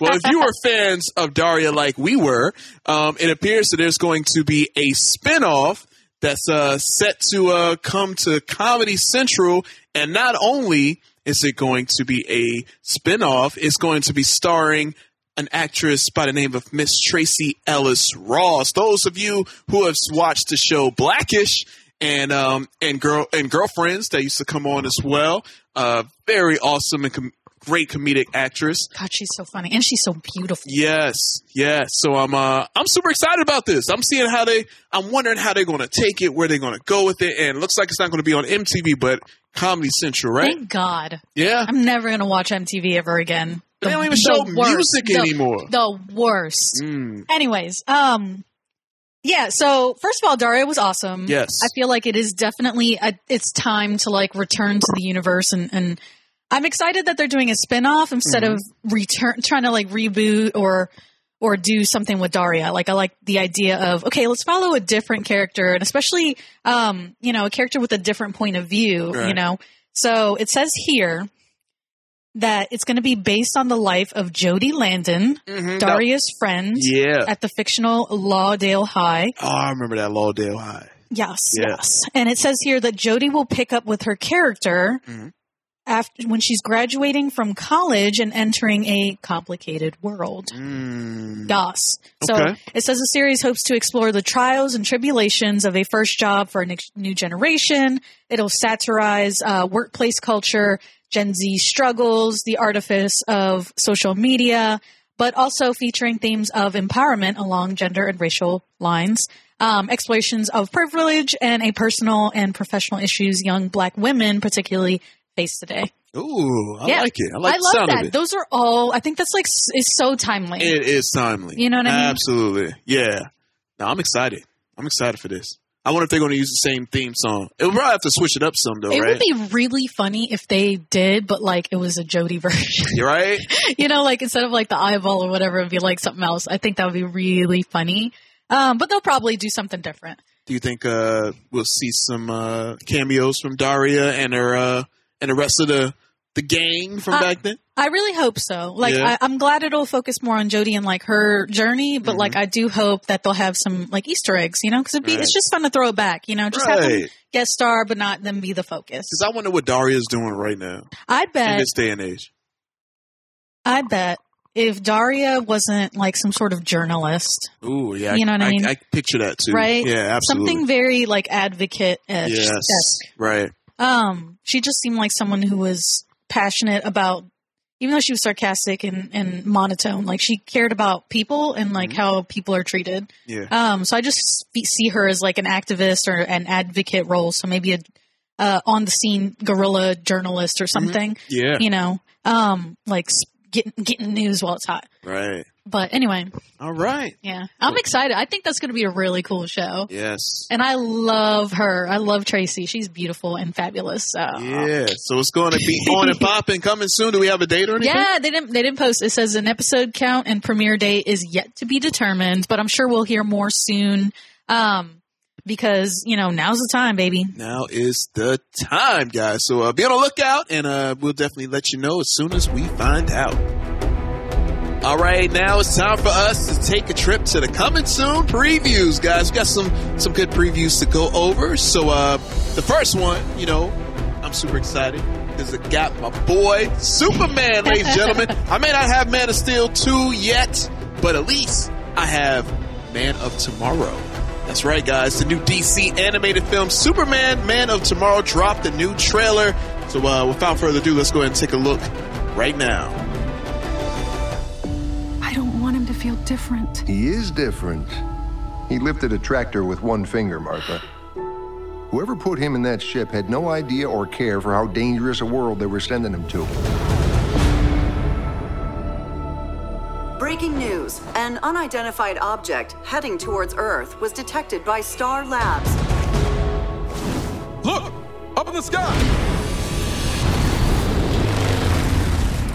well, if you were fans of Daria like we were, um, it appears that there's going to be a spinoff that's uh, set to uh, come to Comedy Central. And not only is it going to be a spinoff, it's going to be starring an actress by the name of Miss Tracy Ellis Ross. Those of you who have watched the show Blackish and um, and girl and girlfriends that used to come on as well, uh, very awesome and com- great comedic actress.
God, she's so funny and she's so beautiful.
Yes, yes. So I'm uh I'm super excited about this. I'm seeing how they I'm wondering how they're gonna take it, where they're gonna go with it, and it looks like it's not gonna be on MTV but Comedy Central, right?
Thank God.
yeah.
I'm never gonna watch MTV ever again.
They don't even show music anymore.
The worst.
Mm,
Anyways, um, yeah. So first of all, Daria was awesome.
Yes.
I feel like it is definitely a, it's time to like return to the universe and and I'm excited that they're doing a spin-off instead
Mm-hmm.
of return trying to like reboot or or do something with Daria. Like I like the idea of okay, let's follow a different character and especially um, you know, a character with a different point of view, you
Right.
know. So it says here that it's going to be based on the life of Jody Landon,
mhm.
Daria's friend
Yeah.
at the fictional Lawdale High.
Oh, I remember that Lawdale High.
Yes,
Yeah.
yes. And it says here that Jody will pick up with her character
Mhm.
after when she's graduating from college and entering a complicated world.
Mm.
Yes. So
Okay.
it says the series hopes to explore the trials and tribulations of a first job for a next- new generation. It'll satirize uh, workplace culture, Gen Z struggles, the artifice of social media, but also featuring themes of empowerment along gender and racial lines, um, explorations of privilege, and a personal and professional issues young black women particularly face today.
Ooh, I
Yeah.
like it. I like the
love
sound
that.
of it.
Those are all. I think that's like s- is so timely.
It is timely.
You know what I mean?
Absolutely. Yeah. No, I'm excited. I'm excited for this. I wonder if they're going to use the same theme song. It'll probably have to switch it up some though,
It
right?
would be really funny if they did, but like it was a Jody version.
You're right.
you know, like instead of like the eyeball or whatever, it'd be like something else. I think that would be really funny. Um, but they'll probably do something different.
Do you think uh, we'll see some uh, cameos from Daria and her uh, and the rest of the the gang from
Uh,
back then?
I really hope so. Like,
Yeah.
I, I'm glad it'll focus more on Jodie and like her journey,
Mm-hmm.
but like, I do hope that they'll have some like Easter eggs, you know, because be, it's just fun to throw it back, you know, just have them
Right.
guest star, but not them be the focus.
Because I wonder what Daria's doing right now
I
in
bet,
this day and age.
I bet if Daria wasn't like some sort of journalist,
Ooh, yeah.
You know what I mean?
I, picture that too.
right?
Yeah, absolutely.
Something very like advocate
yes.
esque.
Right.
Um, she just seemed like someone who was passionate about, even though she was sarcastic and, and monotone, like she cared about people and like
Mm-hmm.
how people are treated.
Yeah.
Um, so I just spe- see her as like an activist or an advocate role. So maybe a uh, on the scene guerrilla journalist or something,
Mm-hmm. Yeah.
you know, um, like s- getting getting news while it's hot.
Right.
But anyway,
All right.
yeah, I'm excited. I think that's going to be a really cool show.
Yes.
And I love her. I love Tracy. She's beautiful and fabulous. So.
Yeah. So it's going to be on and popping coming soon. Do we have a date or anything?
Yeah, they didn't. They didn't post. It says an episode count and premiere date is yet to be determined, but I'm sure we'll hear more soon. Um, because you know now's the time, baby.
Now is the time, guys. So uh, be on the lookout, and uh, we'll definitely let you know as soon as we find out. All right, now it's time for us to take a trip to the coming soon previews, guys. We got some some good previews to go over. So uh, the first one, you know, I'm super excited because it got my boy Superman, ladies and gentlemen. I may not have Man of Steel two yet, but at least I have Man of Tomorrow. That's right, guys. The new DC animated film Superman Man of Tomorrow dropped the new trailer. So uh, without further ado, let's go ahead and take a look right now.
I don't want him to feel different.
He is different. He lifted a tractor with one finger, Martha. Whoever put him in that ship had no idea or care for how dangerous a world they were sending him to.
Breaking news An unidentified object heading towards Earth was detected by Star Labs.
Look! Up in the sky!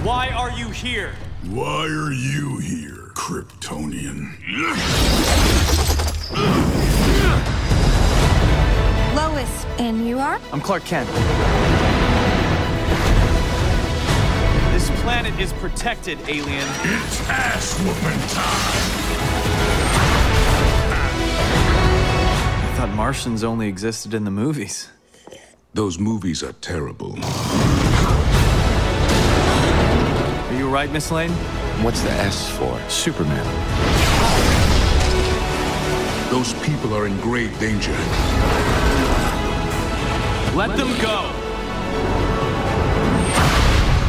Why are you here?
Why are you here, Kryptonian?
Lois. And you are?
I'm Clark Kent. This planet is protected, alien.
It's ass whooping time.
I thought Martians only existed in the movies.
Those movies are terrible.
Are you right, Miss Lane?
What's the S for? Superman.
Those people are in grave danger.
Let them go!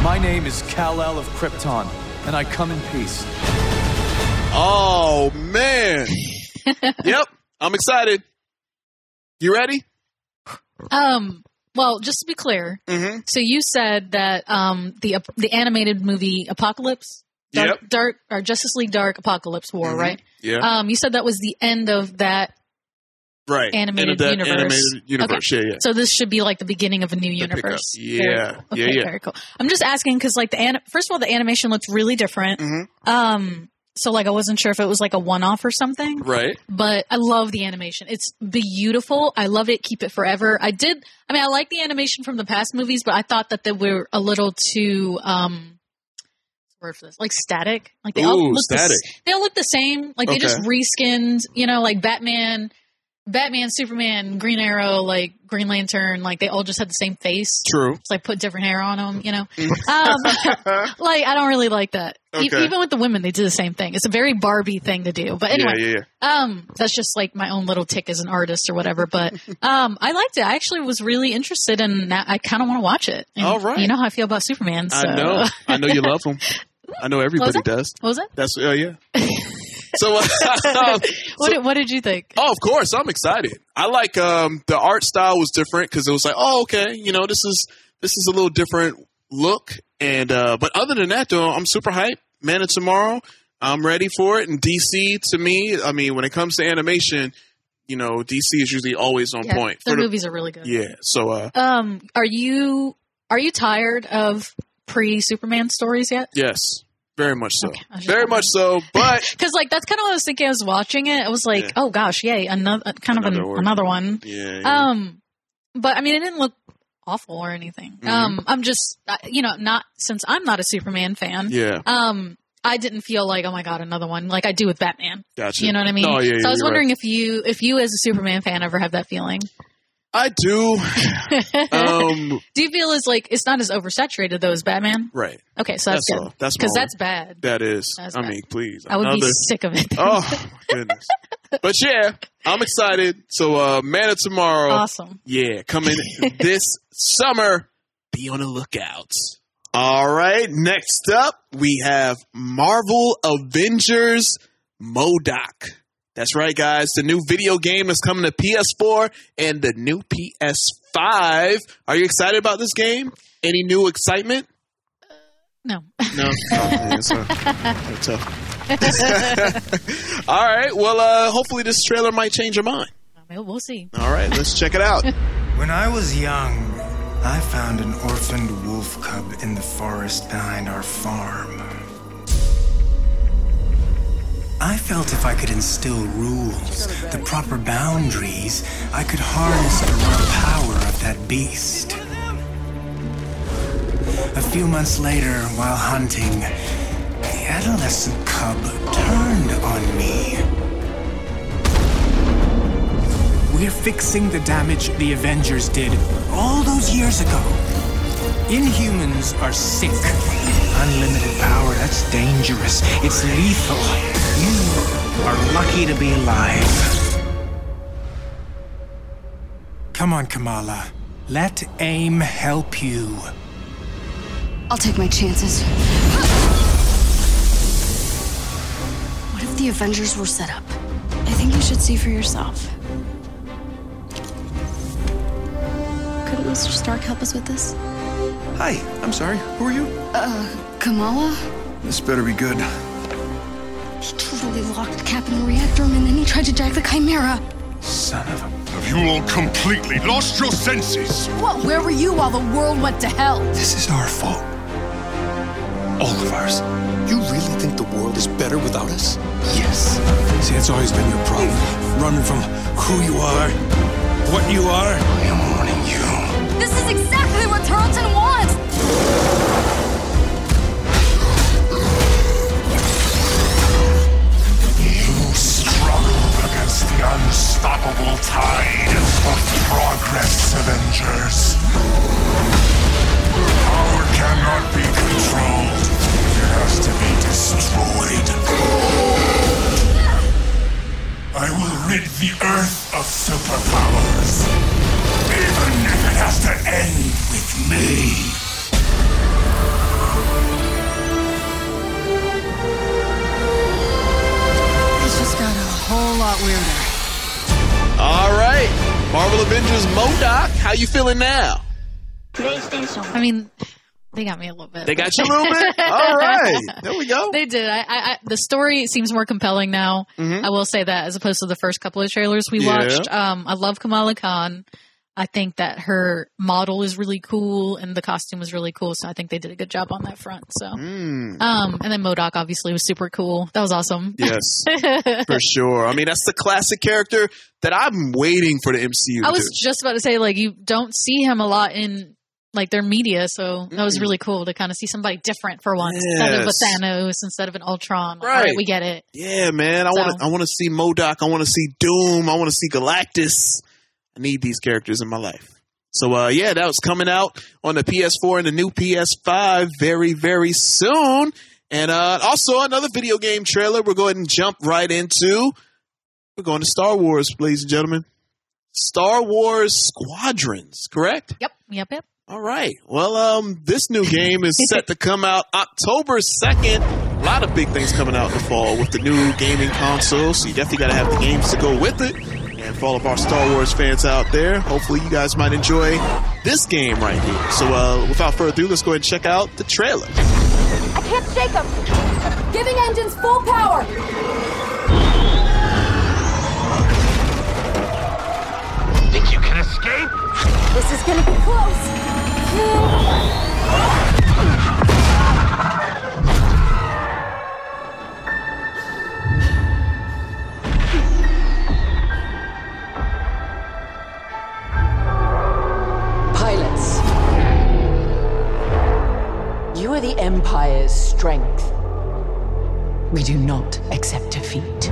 My name is Kal-El of Krypton, and I come in peace.
Oh man. yep, I'm excited. You ready?
Um, well, just to be clear,
Mm-hmm.
so you said that um the the animated movie Apocalypse, Dark,
Yep. Mm-hmm.
Dark or Justice League Dark Apocalypse War, right?
Yeah.
Um, you said that was the end of that
right.
animated
Into that
universe.
Animated universe.
Okay.
Yeah, yeah.
So this should be like the beginning of a new
The pickup.
universe.
Yeah.
Very cool.
Yeah,
Okay,
yeah.
Very cool. I'm just asking because, like, the an- first of all, the animation looked really different.
Mm-hmm.
Um, so like, I wasn't sure if it was like a one-off or something.
Right.
But I love the animation. It's beautiful. I love it. Keep it forever. I did. I mean, I like the animation from the past movies, but I thought that they were a little too. um what's the word for this? Like static, like they all
Ooh,
look the s-
static.
they all look the same. Like they just
Okay.
reskinned, you know, like Batman, Batman, Superman, Green Arrow, like Green Lantern, like they all just had the same face.
True. Mm.
It's like put different hair on them, you know. um, like I don't really like that. E-
Okay.
even with the women, they do the same thing. It's a very Barbie thing to do. But anyway,
Yeah, yeah,
um, that's just like my own little tick as an artist or whatever. But um, I liked it. I actually was really interested, and now I kind of want to watch it. And
All right.
you know how I feel about Superman. So.
I know. I know you love them. I know everybody
that?
does.
What was it?
That's uh, yeah. so, uh,
What, did, what did you think?
oh, of course, I'm excited. I like um, the art style was different because it was like, oh, okay, you know, this is this is a little different look. And uh, but other than that, though, I'm super hyped. Man of Tomorrow, I'm ready for it. And DC, to me, I mean, when it comes to animation, you know, DC is usually always on
Yeah,
point.
Their
For the-
movies are really good.
yeah. So, uh,
Um, are you are you tired of pre Superman stories yet?
yes, very much so,
I was just
very much so. But
Because like that's kind of what I was thinking. I was watching it. I was like,
Yeah.
oh gosh, yay, another kind of
Another
an,
origin.
another one.
yeah, yeah.
Um, but I Um, mean, it didn't look awful or anything.
Mm-hmm.
Um, I'm just, uh, you know, not since I'm not a Superman fan.
Yeah.
Um, I didn't feel like, oh my god, another one, like I do with Batman.
Gotcha.
You know what I mean?
Oh, yeah, yeah,
so I was
you're right.
wondering if you, if you as a Superman fan, ever have that feeling.
I do. Um,
do you feel as like it's not as oversaturated though as Batman?
right.
Okay, so that's,
That's
good.
all. That's
because
my-
that's bad.
That is.
That's
I
bad.
mean, please.
I would be
another-
sick of it.
Oh my goodness. But yeah, I'm excited. So uh Man of Tomorrow.
awesome.
Yeah, coming this summer. Be on the lookout. All right, next up we have Marvel Avengers Modoc. That's right, guys. The new video game that's coming to PS4 and the new PS5. Are you excited about this game? Any new excitement?
No.
No. All right. Well, uh, hopefully this trailer might change your mind.
Well, We'll see.
All right, let's check it out.
When I was young, I found an orphaned wolf cub in the forest behind our farm. I felt if I could instill rules, the proper boundaries, I could harness the raw power of that beast. A few months later, while hunting, the adolescent cub turned on me. We're fixing the damage the Avengers did all those years ago. Inhumans are sick. Unlimited power, that's dangerous. It's lethal. You are lucky to be alive. Come on, Kamala. Let AIM help you.
I'll take my chances. What if the Avengers were set up? I think you should see for yourself. Couldn't Mr. Stark help us with this?
Hi, I'm sorry. Who are you?
Kamala?
This better be good.
He totally locked the cap in the reactor room and then he tried to jack the Chimera.
Son of a.
Have you all completely lost your senses?
What? Where were you while the world went to hell?
This is our fault. All of ours.
You really think the world is better without us?
Yes. See, that's always been your problem. Running from who you are, what you are. I am warning you.
This is exactly what Tarleton wants!
You struggle against the unstoppable tide of progress, Avengers. Power cannot be controlled. It has to be destroyed. I will rid the Earth of superpowers. Even if it has to end with me.
This just got a whole lot weirder.
All right, Marvel Avengers Modoc. How you feeling now?
I mean, they got me a little bit.
They got you a little bit. All right, there we go.
They did. I, I, I the story seems more compelling now. I will say that as opposed to the first couple of trailers we
Mm-hmm. Yeah.
watched. Um, I love Kamala Khan. I think that her model is really cool and the costume was really cool. So I think they did a good job on that front. So,
Mm-hmm. Hmm,
um, and then Modoc obviously was super cool. That was awesome.
Yes, for sure. I mean, that's the classic character that I'm waiting for the MCU.
I
to
was
do.
just about to say like you don't see him a lot in like their media, so that was really cool to kind of see somebody different for once instead of a
Yes.
Thanos, instead of an Ultron. Like,
Right.
all right, we get it.
Yeah, man. I want to.
So-
I want to see Modoc. I want to see Doom. I want to see Galactus. I need these characters in my life. So uh, yeah, that was coming out on the PS4 and the new PS5 very very soon. And uh, also another video game trailer. We're going to jump right into. We're going to Star Wars, ladies and gentlemen. Star Wars Squadrons, correct?
Yep, yep, yep.
All right. Well, um, this new game is set to come out October 2nd. A lot of big things coming out in the fall with the new gaming console, so you definitely got to have the games to go with it. And for all of our Star Wars fans out there, hopefully you guys might enjoy this game right here. So, uh, without further ado, let's go ahead and check out the trailer.
I can't shake him! Giving engines full power!
Think you can escape?
This is gonna be close!
Pilots, Empire's strength. We do not accept defeat.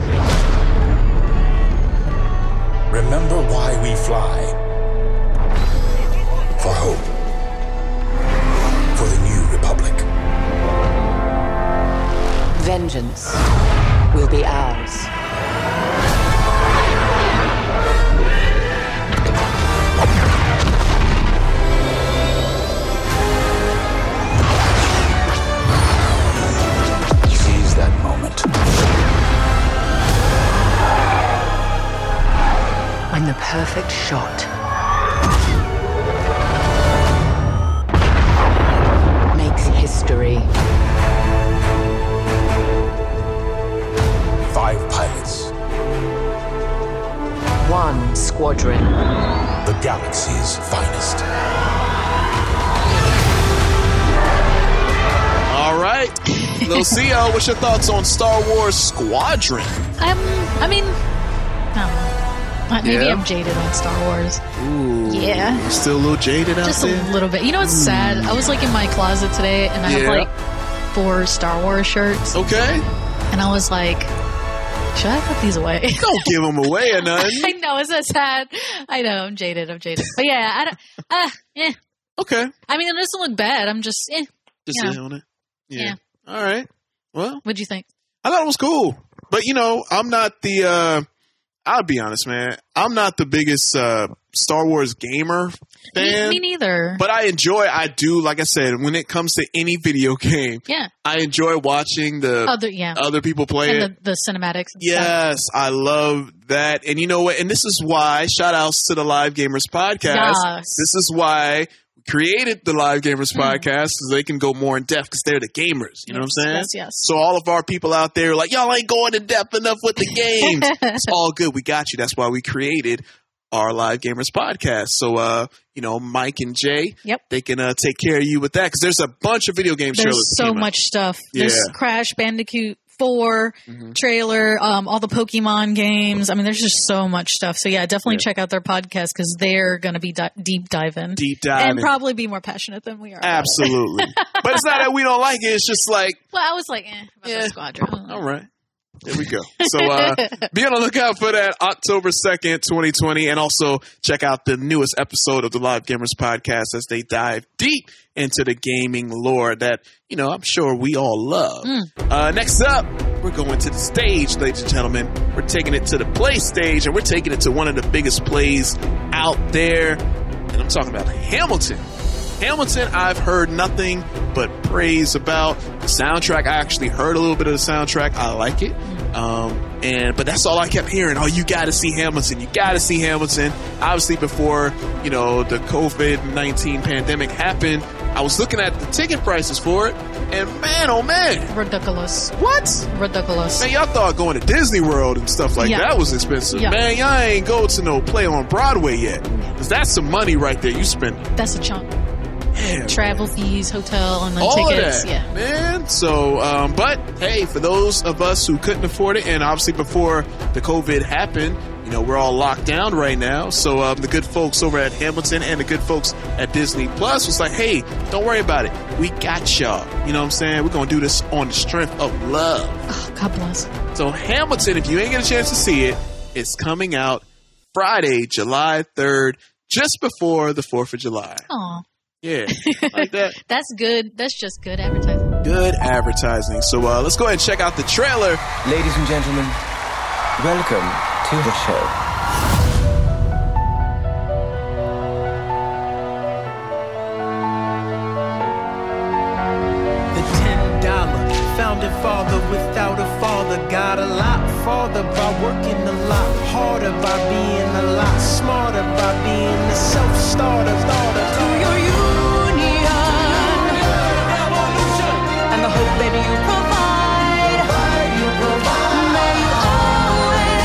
Remember why we fly. For hope. For the new republic.
Vengeance will be ours.
Seize that moment.
I'm the perfect shot. Makes history.
Five pilots.
One squadron.
The galaxy's finest.
All right. Lil Cio, what's your thoughts on Star Wars Squadron?
I'm, Um, I mean, I don't know. Uh, Maybe
Yeah.
I'm jaded on Star Wars.
Ooh.
Yeah.
you Still a little jaded out
Just
there?
a little bit. You know what's sad? I was like in my closet today and I
Yeah.
have like four Star Wars shirts.
Okay.
And I was like, should I put these away?
Don't give them away or nothing.
I know, isn't that sad? I know, I'm jaded, I'm jaded. But yeah, I don't, uh, eh.
Okay.
I mean, it doesn't look bad. I'm just, eh.
Just
you know.
in on it. Yeah.
Yeah.
All right. Well,
what'd you think?
I thought it was cool, but you know, I'm not the. uh I'll be honest, man. I'm not the biggest uh Star Wars gamer fan.
Me, me neither.
But I enjoy. I do. Like I said, when it comes to any video game,
yeah.
I enjoy watching the
Other, yeah.
other people play it.
and the, the cinematics. and stuff.
Yes, I love that. And you know what? And this is why, shout outs to the Live Gamers podcast.
Yes. Mm-hmm.
This is why we created the Live Gamers podcast because they can go more in depth because they're the gamers. You know what I'm saying?
yes, yes.
So all of our people out there are like, y'all ain't going in depth enough with the games. it's all good. We got you. That's why we created our Live Gamers podcast. So, uh, you know, Mike and Jay,
Yep.
they can uh, take care of you with that because there's a bunch of video game trailers.
There's
that
so
came out.
much stuff.
Yeah. Mm-hmm.
There's Crash Bandicoot 4 trailer, um, all the Pokemon games. I mean, there's just so much stuff. So yeah, definitely check out their podcast because they're going to be di- deep diving.
Deep diving.
And probably be more passionate than we are.
Absolutely. but it's not that we don't like it. It's just like,
Well, I was like, eh, about the squadron.
All right. There we go. So uh, be on the lookout for that October 2nd, 2020. And also check out the newest episode of the Live Gamers podcast as they dive deep into the gaming lore that, you know, I'm sure we all love. Uh, next up, we're going to the stage, ladies and gentlemen. We're taking it to the play stage and we're taking it to one of the biggest plays out there. And I'm talking about Hamilton. Hamilton, I've heard nothing but praise about the soundtrack. I actually heard a little bit of the soundtrack. I like it. Um, and but that's all I kept hearing. Oh, you got to see Hamilton. You got to see Hamilton. Obviously, before you know the COVID nineteen pandemic happened, I was looking at the ticket prices for it, and man, oh man,
ridiculous.
What?
Ridiculous.
Man, y'all thought going to Disney World and stuff like
Yeah.
that was expensive.
Yeah.
Man, y'all ain't go to no play on Broadway yet. Cause that's some money right there you spending.
That's a chunk. Travel fees, hotel, and then
All of
tickets.
that,
yeah.
Oh, man. So, um, but hey, for those of us who couldn't afford it, and obviously before the COVID happened, you know, we're all locked down right now. So, um, the good folks over at Hamilton and the good folks at Disney Plus was like, hey, don't worry about it. We got y'all. You know what I'm saying? We're going to do this on the strength of love.
God bless.
So, Hamilton, if you ain't get a chance to see it, it's coming out Friday, July 3rd, just before the 4th of July.
Aw.
Yeah, like that.
That's good. That's just good advertising.
Good advertising. So uh, let's go ahead and check out the trailer.
Ladies and gentlemen, welcome to the show.
The ten dollar founding father without a father got a lot farther by working a lot harder by being a lot smarter by being a self-starter. starter. To your union, revolution, and the hope that you provide. You provide. May you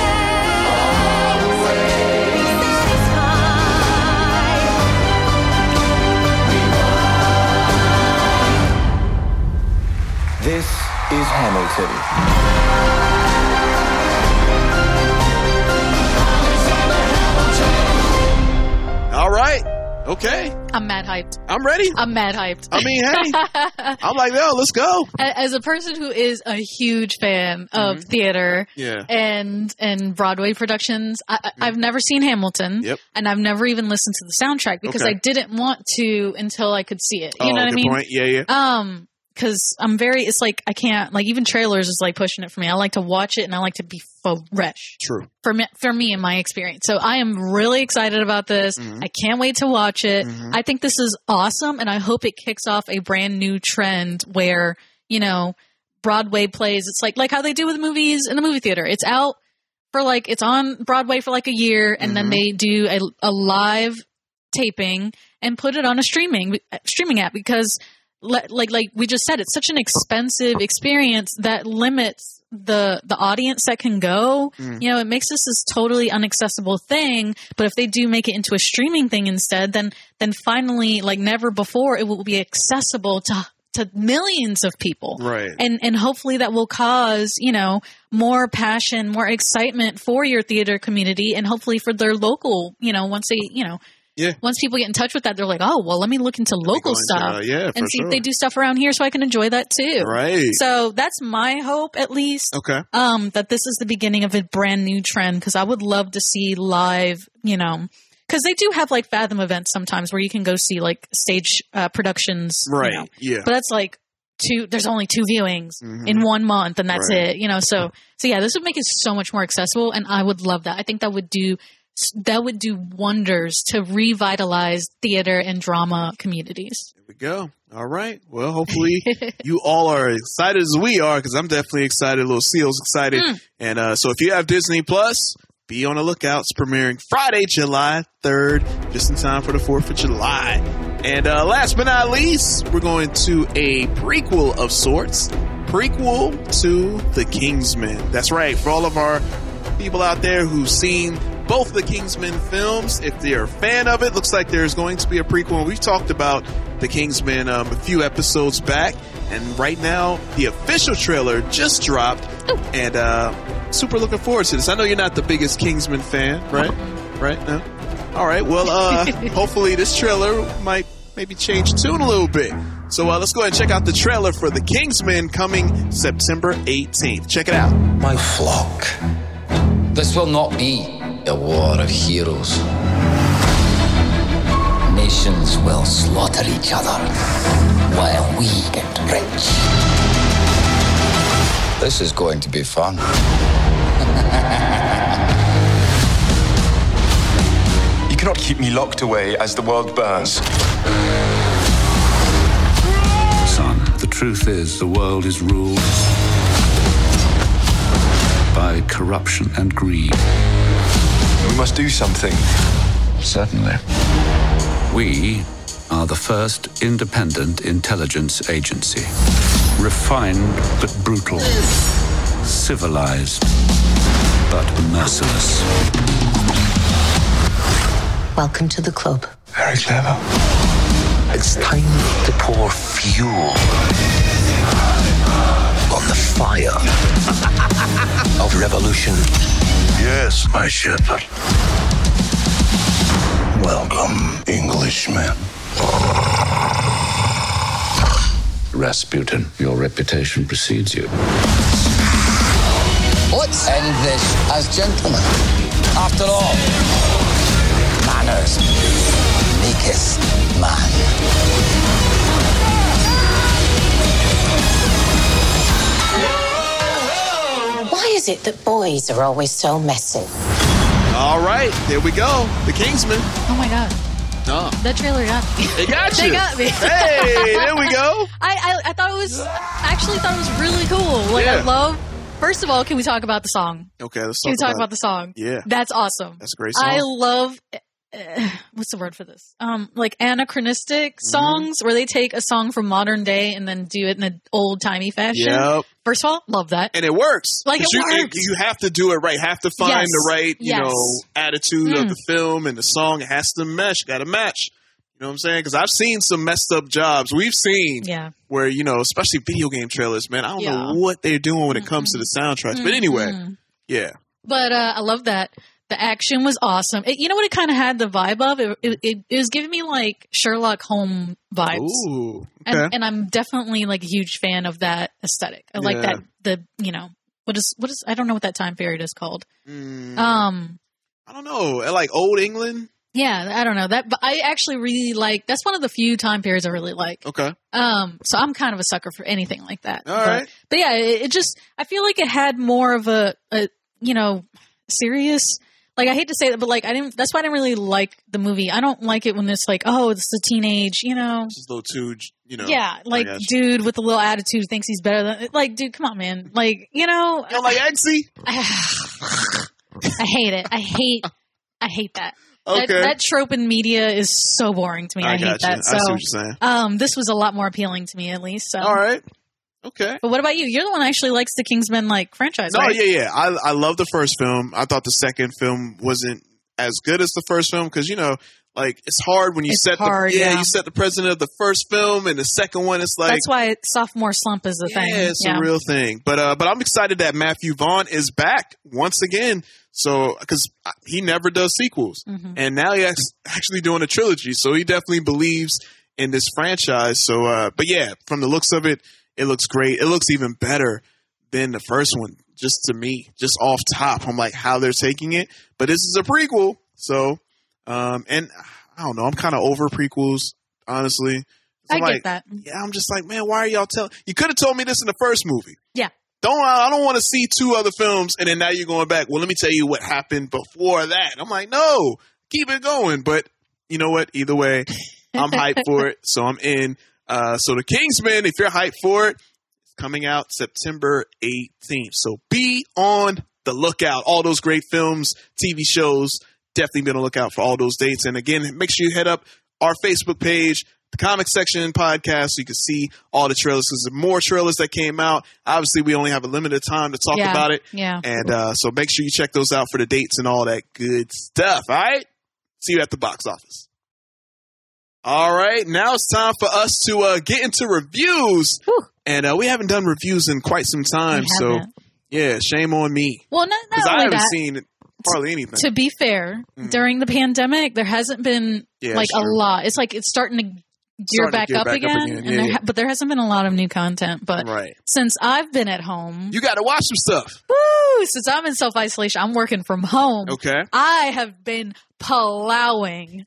This is Hamilton.
All right. Okay.
I'm mad hyped.
I'm ready.
I'm mad hyped.
I mean, hey, I'm like, yo, let's go.
A- As a person who is a huge fan
Mm-hmm.
of theater
Yeah.
and and Broadway productions, I, I- I've never seen Hamilton,
Mm-hmm. Yep.
and I've never even listened to the soundtrack because
Okay.
I didn't want to until I could see it.
oh,
You know what
good
I mean?
point. Yeah, yeah.
Um, because I'm very, it's like I can't like even trailers is like pushing it for me. I like to watch it and I like to be fresh
True.
for me, for me in my experience. So I am really excited about this. I can't wait to watch it. I think this is awesome, and I hope it kicks off a brand new trend where you know Broadway plays. It's like like how they do with movies in the movie theater. It's out for like it's on Broadway for like a year, and then they do a, a live taping and put it on a streaming streaming app because le- like like we just said it's such an expensive experience that limits the the audience that can go
Mm.
you know it makes this this totally unaccessible thing but if they do make it into a streaming thing instead then then finally like never before it will be accessible to to millions of people
Right.
and and hopefully that will cause you know more passion more excitement for your theater community and hopefully for their local you know once they you know
Yeah.
once people get in touch with that they're like oh well let me look into local
go into,
stuff
uh, yeah, for
and see
sure.
if they do stuff around here so i can enjoy that too
Right. Oh.
so that's my hope at least
Okay.
um that this is the beginning of a brand new trend because i would love to see live you know because they do have like fathom events sometimes where you can go see like stage uh, productions you
Right,
know.
yeah.
but that's like two there's only two viewings
Mhm.
in one month and that's
Right.
it you know so so yeah this would make it so much more accessible and i would love that i think that would do that would do wonders to revitalize theater and drama communities
There we go. All right. Well, hopefully you all are excited as we are because I'm definitely excited. Little Seal's excited. And uh, so if you have Disney Plus, be on the lookout. It's premiering Friday, July 3rd, just in time for the 4th of July. And uh, last but not least, we're going to a prequel of sorts. Prequel to The Kingsman. That's right. For all of our people out there who've seen both the Kingsman films. If they're a fan of it, looks like there's going to be a prequel. We've talked about the Kingsman um, a few episodes back, and right now the official trailer just dropped, and uh, super looking forward to this. I know you're not the biggest Kingsman fan, right? Right? No. All right. Well, uh, hopefully this trailer might maybe change tune a little bit. So uh, let's go ahead and check out the trailer for The Kingsman coming September 18th. Check it out.
My flock. This will not be a war of heroes. Nations will slaughter each other while we get rich. This is going to be fun.
You cannot keep me locked away as the world burns.
Son, the truth is the world is ruled by corruption and greed.
We must do something.
Certainly. We are the first independent intelligence agency. Refined but brutal. Civilized but merciless.
Welcome to the club.
Very clever. It's time to pour fuel on the fire of revolution. Yes, my shepherd. Welcome, Englishman.
Rasputin, your reputation precedes you.
Let's end this as gentlemen. After all, manners maketh man.
Why is it that boys are always so messy?
All right, there we go. The Kingsman.
oh my god
Oh.
that trailer got me
It got
they
you.
got me
Hey, there we go.
I, I i thought it was I actually thought it was really cool like i
Yeah.
love first of all can we talk about the song
Okay, let's
Can
talk,
you talk
about,
about, the song?
Yeah.
That's awesome.
That's a great
I
song.
love uh, what's the word for this? Um like anachronistic
Mm-hmm.
songs where they take a song from modern day and then do it in an old timey fashion.
Yep.
First of all, love that.
and it works.
Like,
'Cause
it
you,
works.
you have to do it right. Have to find
Yes.
the right, you
Yes. Mm.
know, attitude of the film and the song. It has to mesh. Got to match. You know what I'm saying? Because I've seen some messed up jobs. We've seen
Yeah.
where you know, especially video game trailers. Man, I don't
Yeah. Mm-hmm.
know what they're doing when it comes to the soundtracks. But anyway, yeah,
But uh I love that. The action was awesome. It, you know what it kind of had the vibe of? It, it, it, it was giving me like Sherlock Holmes vibes.
Ooh, okay.
And, and I'm definitely like a huge fan of that aesthetic. I like
Yeah.
that, the, you know, what is, what is, I don't know what that time period is called.
Mm.
Um,
I don't know. at, Like old England.
yeah, I don't know that, but I actually really like, that's one of the few time periods I really like.
Okay.
Um, so I'm kind of a sucker for anything like that.
All
but,
right.
but yeah, it, it just I feel like it had more of a, a you know serious. Like I hate to say that, but like I didn't. That's why I didn't really like the movie. I don't like it when it's like, oh, it's the teenage, you know.
Just a little too, you know.
yeah, like
I got you.
dude with a little attitude thinks he's better than like dude. Come on, man. Like you know,
you like Eggsy?
I hate it. I hate. I hate that. That,
Okay.
that trope in media is so boring to me. I,
I
hate
got you.
that.
I
So
see what you're saying.
um, this was a lot more appealing to me, at least. So. All
right. Okay.
But what about you? You're the one who actually likes the Kingsman like franchise,
No,
right?
yeah, yeah. I I love the first film. I thought the second film wasn't as good as the first film because you know, like it's hard when you
It's
set
hard,
the yeah,
yeah.
you set the precedent of the first film and the second one. It's like
That's why sophomore slump is the thing.
Yeah, it's a real thing. But uh, but I'm excited that Matthew Vaughn is back once again. So because he never does sequels,
Mhm.
and now he's act- actually doing a trilogy. So he definitely believes in this franchise. So uh, but yeah, from the looks of it, it looks great. It looks even better than the first one. Just to me, just off top, I'm like how they're taking it. But this is a prequel, so um, and I don't know. I'm kind of over prequels, honestly. So
I
I'm
get
like,
that.
Yeah, I'm just like, man, why are y'all telling? You could have told me this in the first movie.
Yeah.
Don't I I don't want to see two other films, and then now you're going back. Well, let me tell you what happened before that. I'm like, no, keep it going. But you know what? Either way, I'm hyped for it, so I'm in. Uh, so the Kingsman, if you're hyped for it, it's coming out September 18th. So be on the lookout. All those great films, TV shows, definitely be on the lookout for all those dates. And again, make sure you head up our Facebook page, the comic section podcast, so you can see all the trailers. Because there's more trailers that came out. Obviously, we only have a limited time to talk
Yeah,
about it.
yeah.
And uh, so make sure you check those out for the dates and all that good stuff. All right. See you at the box office. All right, now it's time for us to uh, get into reviews, and uh, we haven't done reviews in quite some time.
We
So,
haven't.
yeah, shame on me
Well, not,
because
not
I
only
haven't
that.
seen hardly anything.
to be fair,
Mm.
during the pandemic, there hasn't been
Yeah,
like a
sure.
lot. It's like it's starting to gear
Starting to
back,
gear
up,
back up
again,
again,
and
yeah,
there
yeah.
ha- but there hasn't been a lot of new content. But
right,
since I've been at home,
you got to watch some stuff.
woo, since I'm in self isolation, I'm working from home.
Okay,
I have been plowing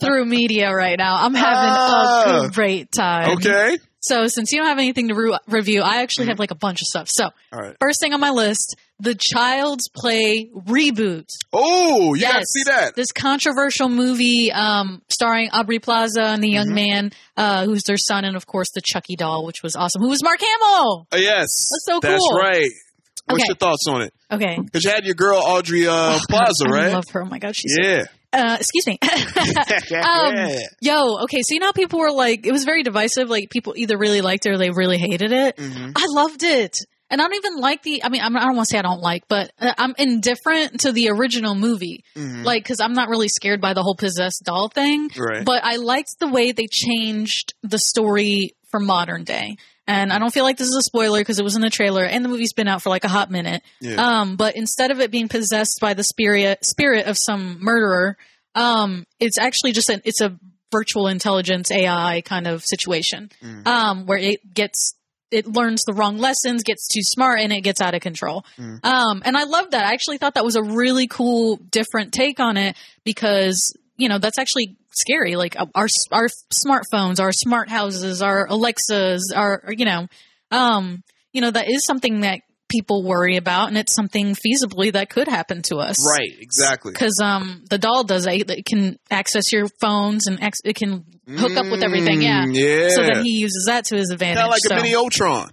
through media right now. I'm having
Ah.
a great time.
okay, Mm-hmm.
So since you don't have anything to re- review, I actually have like a bunch of stuff. So
all right.
first thing on my list, the Child's Play reboot.
Oh, you got to
Yes.
see that.
This controversial movie um, starring Aubrey Plaza and the young
Mhm.
man uh, who's their son, and of course the Chucky doll, which was awesome. Who was Mark Hamill?
Uh, yes,
That's so
That's
cool.
right. What's
Okay.
your thoughts on it?
Okay,
Because you had your girl Audrey uh, Plaza,
I
right?
love her. Oh my god, she's so
yeah.
uh, excuse me. um,
Yeah.
Yo, okay, so you know how people were like, it was very divisive. Like, people either really liked it or they really hated it.
Mm-hmm.
I loved it. And I don't even like the, I mean, I'm, I don't want to say I don't like, but uh, I'm indifferent to the original movie.
Mhm.
Like, because I'm not really scared by the whole possessed doll thing.
Right.
But I liked the way they changed the story for modern day. And I don't feel like this is a spoiler because it was in the trailer and the movie's been out for like a hot minute.
Yeah.
Um, but instead of it being possessed by the spirit spirit of some murderer, um, it's actually just an it's a virtual intelligence AI kind of situation
Mm.
um, where it gets it learns the wrong lessons, gets too smart, and it gets out of control.
Mm.
Um, and I love that. I actually thought that was a really cool, different take on it because you know that's actually scary. Like uh, our our smartphones, our smart houses, our Alexas, our you know, um, you know that is something that people worry about, and it's something feasibly that could happen to us.
Right, exactly.
Because um, the doll does it. It can access your phones and ex- it can hook up with everything. Yeah.
Mm, yeah.
So then he uses that to his advantage.
Kind of like
so-
a mini Ultron.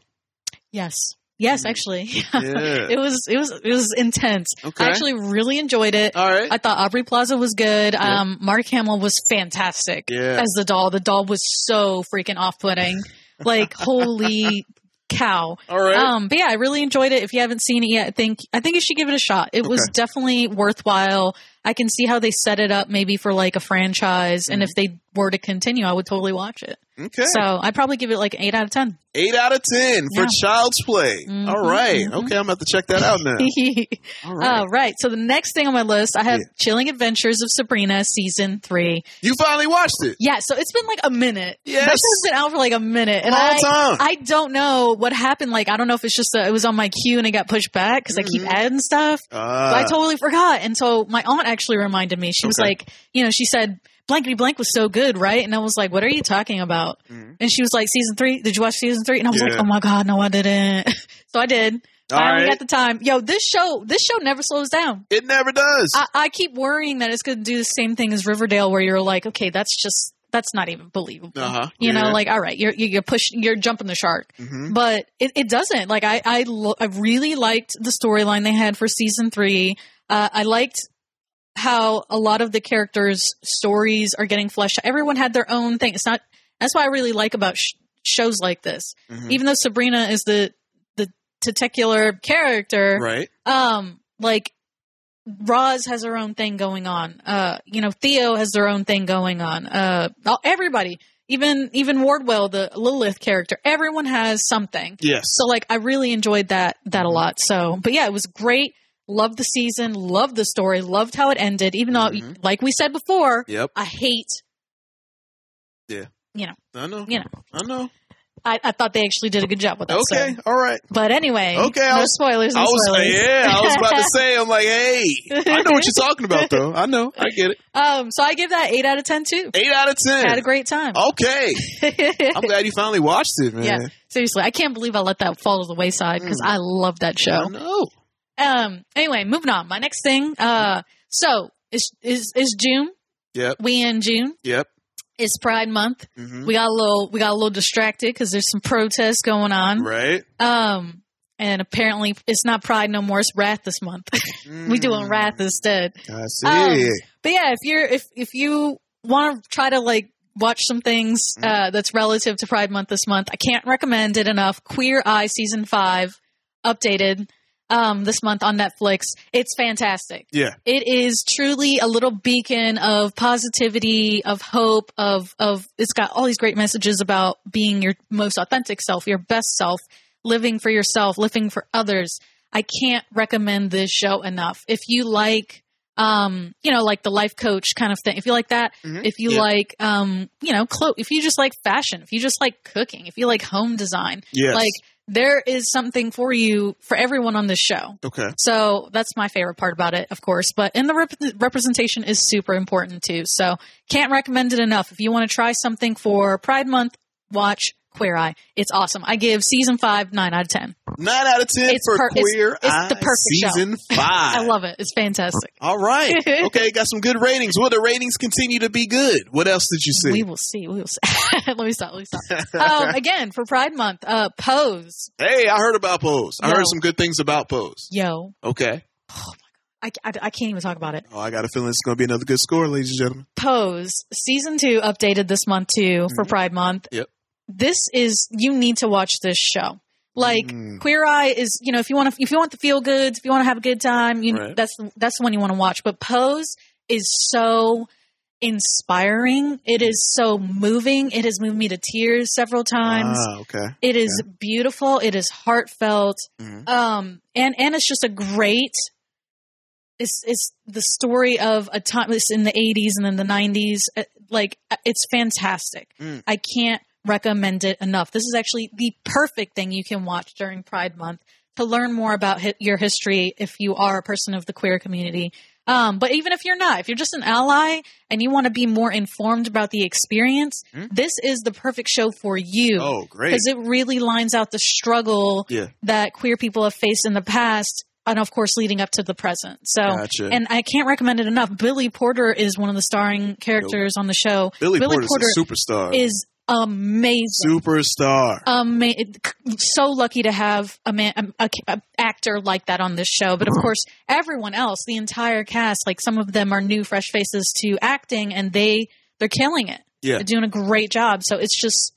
Yes. Yes, actually.
Mm. Yeah.
it was it was it was intense.
Okay.
I actually really enjoyed it.
All right.
I thought Aubrey Plaza was good.
Yeah.
Um Mark Hamill was fantastic
Yeah.
as the doll. The doll was so freaking off-putting. like holy cow.
All right.
Um but yeah, I really enjoyed it. If you haven't seen it yet, I think I think you should give it a shot. It was
Okay.
definitely worthwhile. I can see how they set it up maybe for like a franchise, and if they were to continue, I would totally watch it.
Mm-hmm. Okay.
So I'd probably give it like an eight out of ten.
Eight out of ten for
Yeah. Mm-hmm,
Child's Play. All right. Okay, I'm about to check that out now.
All Uh, right. So the next thing on my list, I have Chilling Adventures of Sabrina season three.
You finally watched it.
Yeah. So it's been like a minute.
Yes.
That show's been out for like a minute, and
Long
I
time.
I don't know what happened. Like I don't know if it's just that it was on my queue and it got pushed back because I keep adding stuff.
Ah.
But I totally forgot. And so my aunt actually reminded me. She was
Okay.
like, you know, she said. Blankety blank was so good, right? And I was like, "What are you talking about?" And she was like, "Season three? Did you watch season three? And I was
Mm-hmm. Yeah.
like, "Oh my god, no, I didn't." so I did.
All
Finally
right.
got the time. Yo, this show, this show never slows down.
It never does.
I, I keep worrying that it's going to do the same thing as Riverdale, where you're like, okay, that's just that's not even believable.
Uh-huh.
You know,
Yeah.
like all right, you're you're pushing, you're jumping the shark,
Mhm.
but it, it doesn't. Like I I, lo- I really liked the storyline they had for season three. Uh, I liked how a lot of the characters' stories are getting fleshed out. Everyone had their own thing. It's not. That's why I really like about sh- shows like this.
Mhm.
Even though Sabrina is the the tentacular character,
Right.
Um, like Roz has her own thing going on. Uh, you know, Theo has their own thing going on. Uh, all- everybody, even even Wardwell, the Lilith character, everyone has something.
Yes.
So like, I really enjoyed that that a lot. So, but yeah, it was great. Loved the season. Loved the story. Loved how it ended. Even though, like we said before,
Mm-hmm. Yep.
I hate
Yeah.
you know.
I know.
You know.
I know.
I, I thought they actually did a good job with that.
Okay,
so.
all right.
But anyway,
Okay,
no
I was,
spoilers. No
I was,
spoilers.
yeah, I was about to say. I'm like, hey, I know what you're talking about, though. I know, I get it.
Um, so I give that eight out of ten too.
Eight out of ten.
Had a great time.
Okay, I'm glad you finally watched it, Oh, man. Mm.
yeah, seriously, I can't believe I let that fall to the wayside because I love that show.
I know.
Um, anyway, moving on. My next thing. Uh, so it's is is June.
Yep.
We in June.
Yep.
It's Pride Month.
Mm-hmm.
We got a little we got a little distracted because there's some protests going on.
Right.
Um, and apparently it's not Pride no more. It's Wrath this month. we doing
Mm.
Wrath instead.
I see.
Um, but yeah, if you're if if you want to try to like watch some things uh, that's relative to Pride Month this month, I can't recommend it enough. Queer Eye season five, updated um, this month on Netflix. It's fantastic.
yeah.
It is truly a little beacon of positivity, of hope, of of it's got all these great messages about being your most authentic self, your best self, living for yourself, living for others. I can't recommend this show enough. If you like um, you know, like the life coach kind of thing. If you like that,
Mhm.
if you
Yeah.
like um, you know, clo- if you just like fashion, if you just like cooking, if you like home design,
Yes.
like there is something for you for everyone on this show.
Okay.
So that's my favorite part about it, of course. But and the rep- representation is super important too. So can't recommend it enough. If you want to try something for Pride Month, watch Queer Eye. It's awesome. I give season five nine out of ten.
Nine out of ten
It's
for
per- it's-
Queer
it's the
Eye
perfect show.
season five.
I love it. It's fantastic.
All right. Okay, got some good ratings. Will the ratings continue to be good? What else did you see?
We will see. We will see. let me stop. Let me stop. um, again for Pride Month, uh, Pose.
Hey, I heard about Pose. I
Yo.
heard some good things about Pose.
Yo,
Okay.
I, I, I can't even talk about it.
Oh, I got a feeling it's going to be another good score, ladies and gentlemen.
Pose season two updated this month too for Pride Month.
Yep.
This is you need to watch this show. Like Queer Eye is, you know, if you want to, if you want the feel goods, if you want to have a good time, you
Right.
that's that's the one you want to watch. But Pose is so inspiring. It is so moving. It has moved me to tears several times.
Ah, okay.
It is beautiful. It is heartfelt.
Mhm.
Um, and and it's just a great. It's it's the story of a time. It's in the eighties and then the nineties. Like uh, it's fantastic.
Mm.
I can't recommend it enough. This is actually the perfect thing you can watch during Pride Month to learn more about hi- your history if you are a person of the queer community. Um, but even if you're not, if you're just an ally and you want to be more informed about the experience, this is the perfect show for you.
Mm. Oh, great.
Because it really lines out the struggle
Yeah.
that queer people have faced in the past and of course leading up to the present. So
Gotcha.
and I can't recommend it enough. Billy Porter is one of the starring characters on the show.
Billy Porter's a superstar.
Is amazing.
Superstar.
Ama- so lucky to have a man, a, a actor like that on this show. But of
Uh-huh.
course, everyone else, the entire cast, like some of them are new, fresh faces to acting, and they they're killing it.
Yeah.
they're doing a great job. So it's just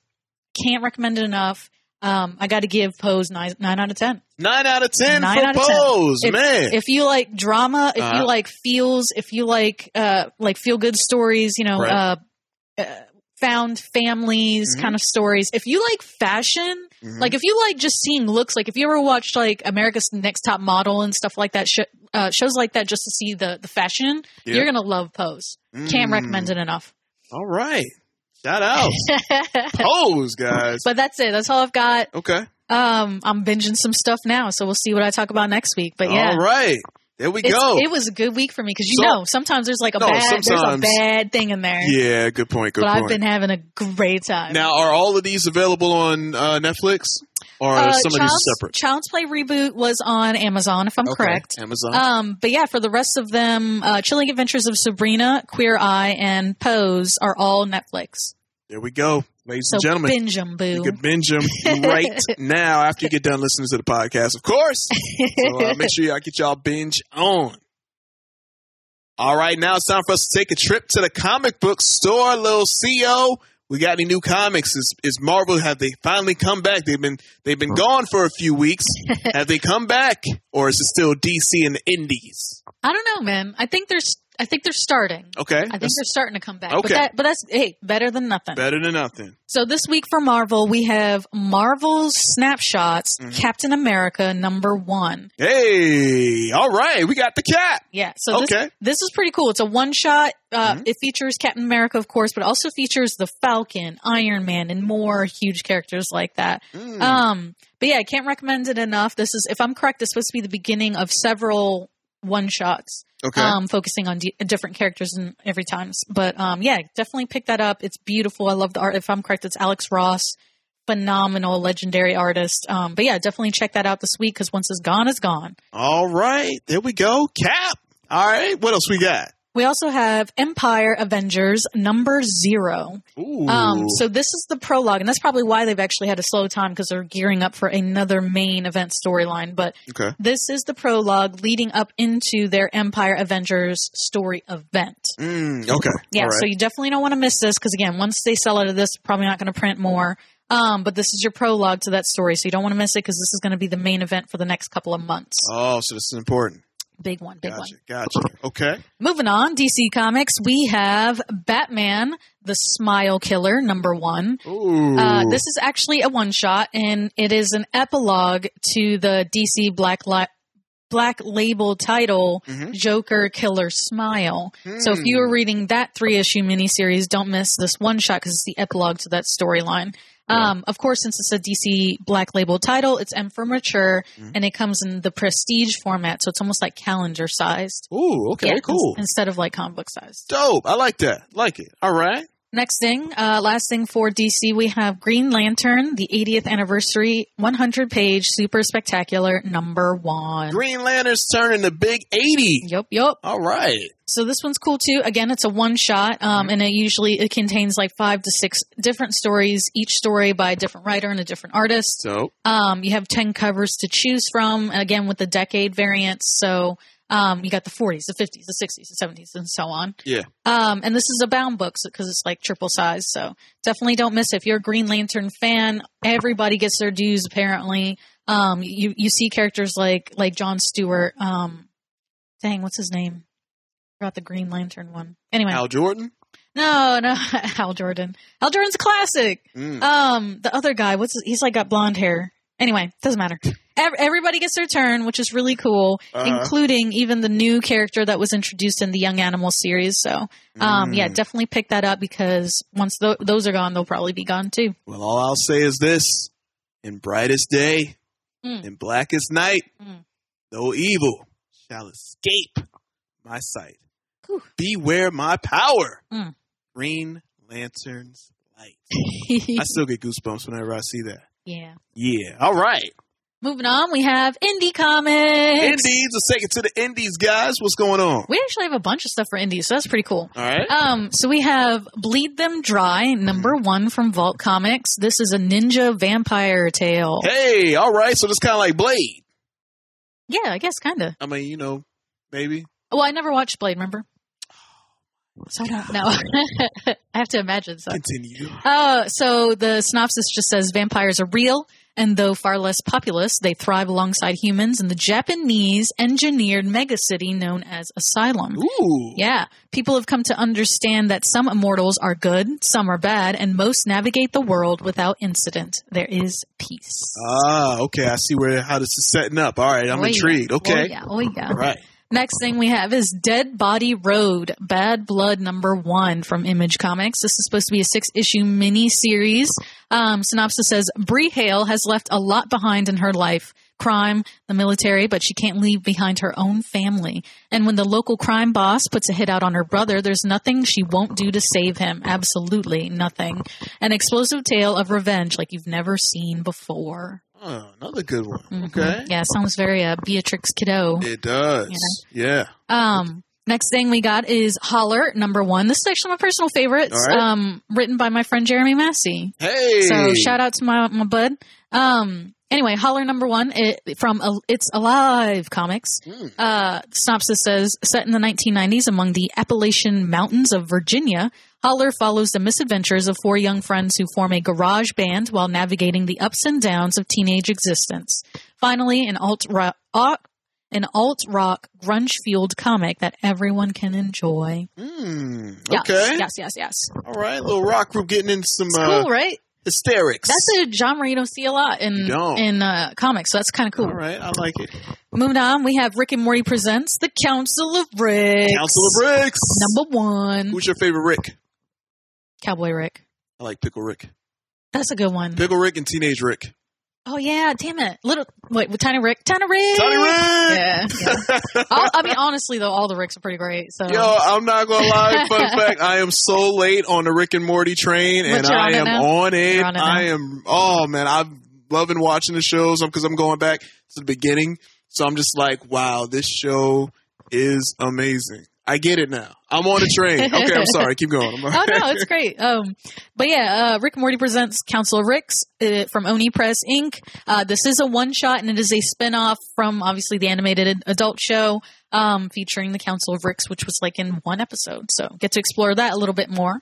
can't recommend it enough. Um, I got to give Pose nine, nine out of ten.
Nine out of ten
Nine
for
out of ten.
Pose,
If-
man.
If you like drama, if
Uh-huh.
you like feels, if you like uh like feel good stories, you know,
Right. Mm-hmm.
uh, uh found families kind of stories. If you like fashion,
Mhm.
like if you like just seeing looks, like if you ever watched like America's Next Top Model and stuff like that, sh- uh, shows like that just to see the the fashion,
Yeah.
you're gonna love Pose. Can't
Mm.
recommend it enough.
All right. Shout out. Pose, guys.
But that's it. That's all I've got.
Okay.
Um, I'm binging some stuff now, so we'll see what I talk about next week. But yeah,
All right. There we
It's-
go.
It was a good week for me because you
So-
know sometimes there's like a
No,
bad there's a
sometimes-
bad thing in there.
yeah, good point. Good
but
point.
I've been having a great time.
now, are all of these available on uh, Netflix, or are
Uh,
some of
Child's,
these separate?
Child's Play reboot was on Amazon, if I'm
Okay,
correct.
Amazon.
Um, but yeah, for the rest of them, uh, Chilling Adventures of Sabrina, Queer Eye, and Pose are all Netflix.
there we go, ladies
So
and gentlemen.
binge 'em, boo.
You can binge them right now after you get done listening to the podcast, of course. So uh, make sure y'all get y'all binge on. All right, now it's time for us to take a trip to the comic book store, little CO. We got any new comics? Is, is Marvel have they finally come back? They've been they've been gone for a few weeks. have they come back, or is it still DC and the Indies?
I don't know, man. I think there's I think they're starting.
Okay,
I think
that's
they're starting to come back. But
Okay.
that but that's hey, better than nothing.
better than nothing.
So this week for Marvel, we have Marvel's snapshots, Captain America number one.
Hey, all right, we got the cat.
Yeah, so this,
Okay.
this is pretty cool. It's a one shot. Uh, It features Captain America, of course, but also features the Falcon, Iron Man, and more huge characters like that. Um, but yeah, I can't recommend it enough. This is, if I'm correct, this was supposed to be the beginning of several one shots.
Okay.
Um, focusing on d- different characters and every times. But um, yeah, definitely pick that up. It's beautiful. I love the art. If I'm correct, it's Alex Ross, phenomenal, legendary artist. Um, but yeah, definitely check that out this week because once it's gone, it's gone.
All right, there we go. Cap. All right, what else we got?
We also have Empire Avengers number zero.
Ooh.
Um, so this is the prologue, and that's probably why they've actually had a slow time because they're gearing up for another main event storyline. But
Okay.
this is the prologue leading up into their Empire Avengers story event.
Mm, okay.
Yeah,
All right.
so you definitely don't want to miss this because again, once they sell out of this, probably not going to print more. Um, but this is your prologue to that story, so you don't want to miss it because this is going to be the main event for the next couple of months.
Oh, so this is important.
Big one, big one.
Gotcha. Gotcha. Okay.
Moving on, DC Comics, we have Batman, the Smile Killer, number one.
Ooh.
Uh, this is actually a one shot, and it is an epilogue to the DC Black Li- Black Label title, Joker Killer Smile. So if you are reading that three issue miniseries, don't miss this one shot because it's the epilogue to that storyline. Um, of course, since it's a DC Black Label title, it's M for mature, and it comes in the prestige format, so it's almost like calendar sized.
Ooh, okay, cool.
instead of like comic book sized.
Dope. I like that. Like it. All right.
Next thing, uh, last thing for DC, we have Green Lantern, the 80th anniversary, 100 page, super spectacular, number one.
Green Lantern's turning the big 80.
Yep, yep.
All right.
So this one's cool too. Again, it's a one shot,
Mm-hmm.
um, and it usually it contains like five to six different stories, each story by a different writer and a different artist.
Dope.
Um, you have 10 covers to choose from, and again, with the decade variants. So um, you got the 40s, the 50s, the 60s, the 70s, and so on.
Yeah.
Um, and this is a bound book because it's like triple size. So definitely don't miss it. If you're a Green Lantern fan, everybody gets their dues apparently. Um, you, you see characters like, like John Stewart. Um, dang, what's his name? About the Green Lantern one. Anyway.
Al Jordan.
No, no, Hal Jordan. Hal Jordan's a classic.
Mm.
Um, the other guy, what's his, he's like got blonde hair. Anyway, doesn't matter. Ev- Everybody gets their turn, which is really cool,
Uh-huh.
including even the new character that was introduced in the Young Animal series. So, um, yeah, definitely pick that up because once tho- those are gone, they'll probably be gone too.
Well, all I'll say is this in brightest day,
Mm.
in blackest night, no evil shall escape my sight. Beware my power.
Mm.
Green Lantern's light. I still get goosebumps whenever I see that.
Yeah.
Yeah. All right.
Moving on, we have Indie Comics.
Indies, let's take it to the Indies, guys. What's going on?
We actually have a bunch of stuff for indies, so that's pretty cool.
All right. Mm-hmm.
Um, so we have Bleed Them Dry, number one from Vault Comics. This is a ninja vampire tale.
Hey, all right. So it's kind of like Blade.
Yeah, I guess kind of.
I mean, you know, maybe.
Well, I never watched Blade. Remember?
Oh,
So I don't know. I have to imagine. So.
Continue.
Uh, so the synopsis just says vampires are real, and though far less populous, they thrive alongside humans in the Japanese engineered megacity known as Asylum.
Ooh.
Yeah. People have come to understand that some immortals are good, some are bad, and most navigate the world without incident. There is peace.
Ah, okay. I see where how this is setting up. All right, I'm
Oh, yeah.
intrigued. Okay.
Oh, yeah. Oh, yeah.
All right.
Next thing we have is Dead Body Road, Bad Blood number one from Image Comics. This is supposed to be a six issue mini series. Um, synopsis says Brie Hale has left a lot behind in her life crime, the military, but she can't leave behind her own family. And when the local crime boss puts a hit out on her brother, there's nothing she won't do to save him. Absolutely nothing. An explosive tale of revenge like you've never seen before.
Oh, another good one.
Mm-hmm.
Okay.
Yeah, sounds very uh, Beatrix Kiddo.
It does. Yeah.
Um, next thing we got is Holler number one. This is actually my personal favorite.
All right.
Um, written by my friend Jeremy Massey.
Hey.
So shout out to my my bud. Um, anyway, Holler number one it, from uh, It's Alive Comics.
Hmm.
Uh, synopsis says set in the 1990s among the Appalachian Mountains of Virginia. Holler follows the misadventures of four young friends who form a garage band while navigating the ups and downs of teenage existence. Finally, an alt rock an alt rock grunge fueled comic that everyone can enjoy.
Mm,
Yes,
okay.
yes, yes, yes.
All right. Little rock group getting into some
It's
uh,
cool, right?
hysterics.
That's a genre you don't see a lot in
don't.
in uh, comics, so that's kind of cool.
All right. I like it.
Moving on, we have Rick and Morty presents the Council of Bricks.
Council of Bricks.
number one,
Who's your favorite Rick?
Cowboy Rick.
I like Pickle Rick.
Mm-hmm. That's a good one.
Pickle Rick and Teenage Rick.
Oh yeah, damn it, little wait, with Tiny Rick, Tiny Rick,
Tiny Rick!
Yeah, yeah. all, I mean, honestly though, all the Ricks are pretty great. So
Yo, I'm not gonna lie. Fun fact: I am so late on the Rick and Morty train, and
you're on
I
it
am
now?
on it.
You're on it now.
I am. Oh man, I'm loving watching the shows because I'm going back to the beginning. So I'm just like, wow, this show is amazing. I get it now. I'm on the train. Okay, I'm sorry. Keep going. I'm-
oh no, it's great. Um, but yeah, uh, Rick and Morty presents Council of Ricks uh, from Oni Press Inc. Uh, this is a one shot, and it is a spin off from obviously the animated ad- adult show um, featuring the Council of Ricks, which was like in one episode. So get to explore that a little bit more.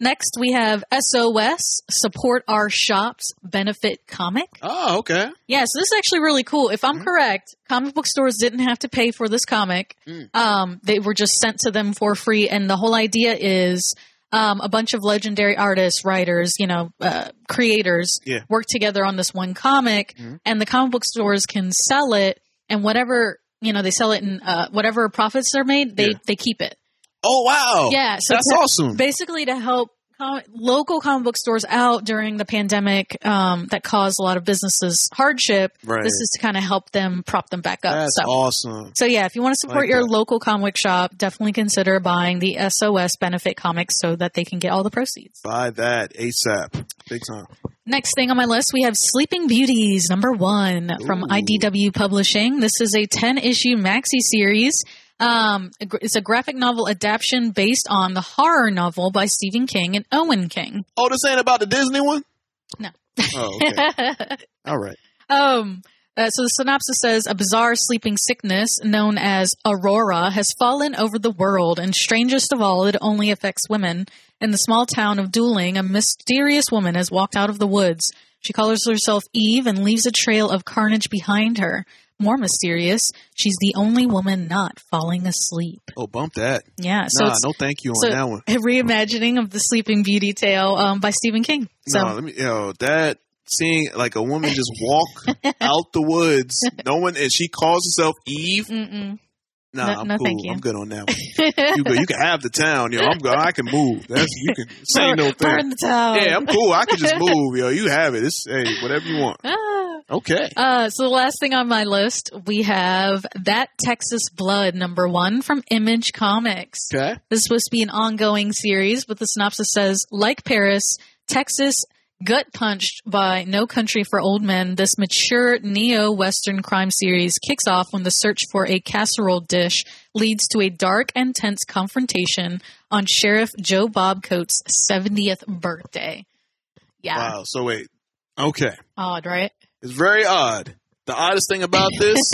Next, we have SOS Support Our Shops Benefit Comic.
oh, okay.
Yeah, so this is actually really cool. If I'm correct, comic book stores didn't have to pay for this comic. Um, they were just sent to them for free. And the whole idea is um, a bunch of legendary artists, writers, you know, uh, creators
Yeah.
work together on this one comic, and the comic book stores can sell it, and whatever you know, they sell it, and uh, whatever profits are made, they they keep it.
Oh wow.
Yeah, so
that's
to-
awesome.
Basically, to help com- local comic book stores out during the pandemic um, that caused a lot of businesses hardship,
Right.
this is to kind of help them prop them back up.
That's
so.
awesome.
So yeah, if you want to support
Like
your
that.
local comic shop, definitely consider buying the SOS benefit comics so that they can get all the proceeds.
Buy that ASAP. Big time.
Next thing on my list, we have Sleeping Beauties number one from IDW Publishing. This is a 10 issue maxi series. Um, a gr- it's a graphic novel adaptation based on the horror novel by Stephen King and Owen King.
Oh, this ain't about the Disney one.
No.
Oh, okay. All right.
Um, uh, so the synopsis says a bizarre sleeping sickness known as aurora has fallen over the world, and strangest of all, it only affects women. In the small town of Dueling, a mysterious woman has walked out of the woods. She calls herself Eve and leaves a trail of carnage behind her. More mysterious, she's the only woman not falling asleep.
Oh, bump that.
Yeah, so
Nah,
it's-
no, thank you on
so,
that one.
A reimagining of the Sleeping Beauty tale um, by Stephen King. So
no, let me. Yo, that seeing like a woman just walk out the woods, no one, and she calls herself Eve.
Mm-mm.
Nah,
No-
I'm
no,
cool.
thank you.
I'm good on that one. you, go, you can have the town, yo. I'm good. I can move. That's you can say no
Burn-
thing.
burn the town.
Yeah, I'm cool. I can just move, yo. You have it. It's hey, whatever you want.
Ah.
Okay.
Uh, so the last thing on my list, we have That Texas Blood number one from Image Comics.
Okay.
This is supposed to be an ongoing series, but the synopsis says, like Paris, Texas gut punched by No Country for Old Men, this mature neo-Western crime series kicks off when the search for a casserole dish leads to a dark and tense confrontation on Sheriff Joe Bob Coates' 70th birthday. Yeah.
Wow. So wait. Okay.
Odd, right?
It's very odd. The oddest thing about this,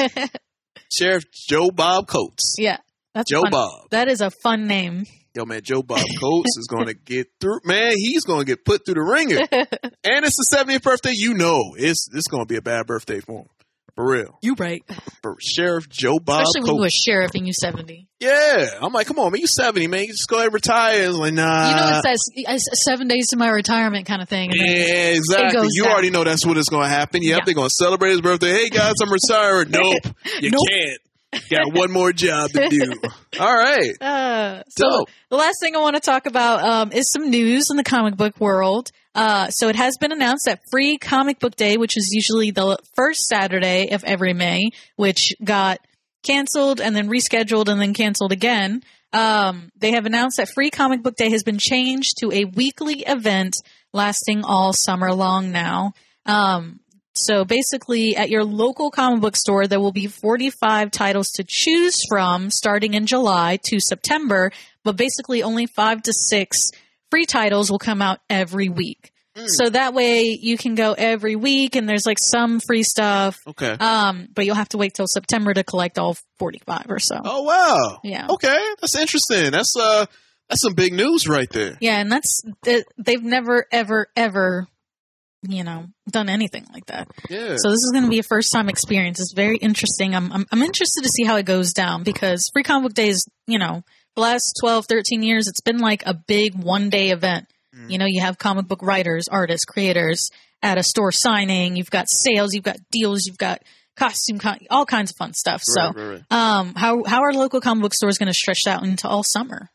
Sheriff Joe Bob Coates.
Yeah. That's
Joe
fun.
Bob.
That is a fun name.
yo man, Joe Bob Coates is gonna get through. Man, he's gonna get put through the ringer. and it's the 70th birthday. You know, it's it's gonna be a bad birthday for him, for real.
You right.
For Sheriff Joe Bob.
Especially when you were
Coates.
sheriff and you seventy.
Yeah, I'm like, come on, man, you 70, man, you just go ahead and retire. It's like, nah.
You know it says it's seven days to my retirement kind of thing. and then
Yeah,
it
exactly.
goes
You
down.
already know that's what is going to happen. Yep, they're going to celebrate his birthday. Hey guys, I'm retired. nope, you can't. Got one more job to do. All right.
Uh, so
Dope.
the last thing I want to talk about um, is some news in the comic book world. Uh, so it has been announced that Free Comic Book Day, which is usually the first Saturday of every May, which got canceled and then rescheduled and then canceled again. Um, they have announced that Free Comic Book Day has been changed to a weekly event lasting all summer long now. Um, so basically, at your local comic book store, there will be 45 titles to choose from starting in July to September, but basically, only five to six free titles will come out every week. So that way, you can go every week, and there's like some free stuff.
Okay.
Um, but you'll have to wait till September to collect all 45 or so.
Oh wow.
Yeah.
Okay, that's interesting. That's uh, that's some big news right there.
Yeah, and that's th- they've never ever ever you know done anything like that.
Yeah.
So this is going to be a first time experience. It's very interesting. I'm, I'm I'm interested to see how it goes down because Free Comic Book Day is, you know, the last 12, 13 years it's been like a big one day event.
Mm.
You know, you have comic book writers, artists, creators at a store signing, you've got sales, you've got deals, you've got costume con- all kinds of fun stuff. So
Right, right,
um how how are local comic book stores going to stretch that into all summer?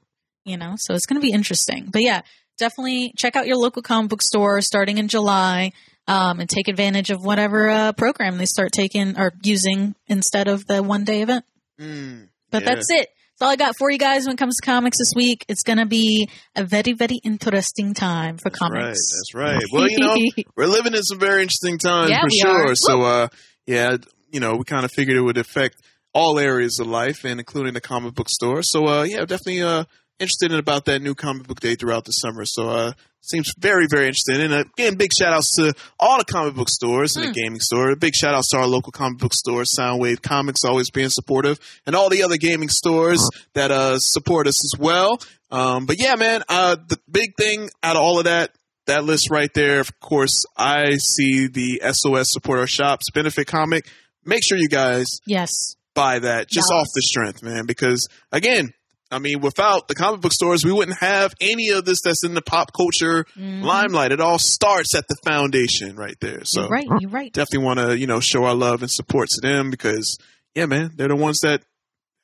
you know so it's going to be interesting but yeah definitely check out your local comic book store starting in july um, and take advantage of whatever uh, program they start taking or using instead of the one day event
Mm,
but
Yeah.
that's it that's all i got for you guys when it comes to comics this week it's going to be a very very interesting time for
Right.
comics
That's right. Well, you know, we're living in some very interesting times
Yeah,
for
we
sure.
are.
So uh, yeah, you know, we kind of figured it would affect all areas of life, and including the comic book store. So uh, yeah, definitely uh, interested in about that new comic book day throughout the summer. So uh. Seems very, very interesting. And uh, again, big shout outs to all the comic book stores
Hmm.
and the gaming store. Big shout outs to our local comic book store, Soundwave Comics, always being supportive, and all the other gaming stores that uh, support us as well. Um, but yeah, man, uh, the big thing out of all of that, that list right there, of course, I see the SOS Support Our Shops benefit comic. Make sure you guys
yes
buy that just
Yes.
off the strength, man. Because again, I mean, without the comic book stores, we wouldn't have any of this that's in the pop culture
Mhm.
limelight. It all starts at the foundation right there. So
you're right you're right
definitely want to you know show our love and support to them because yeah, man, they're the ones that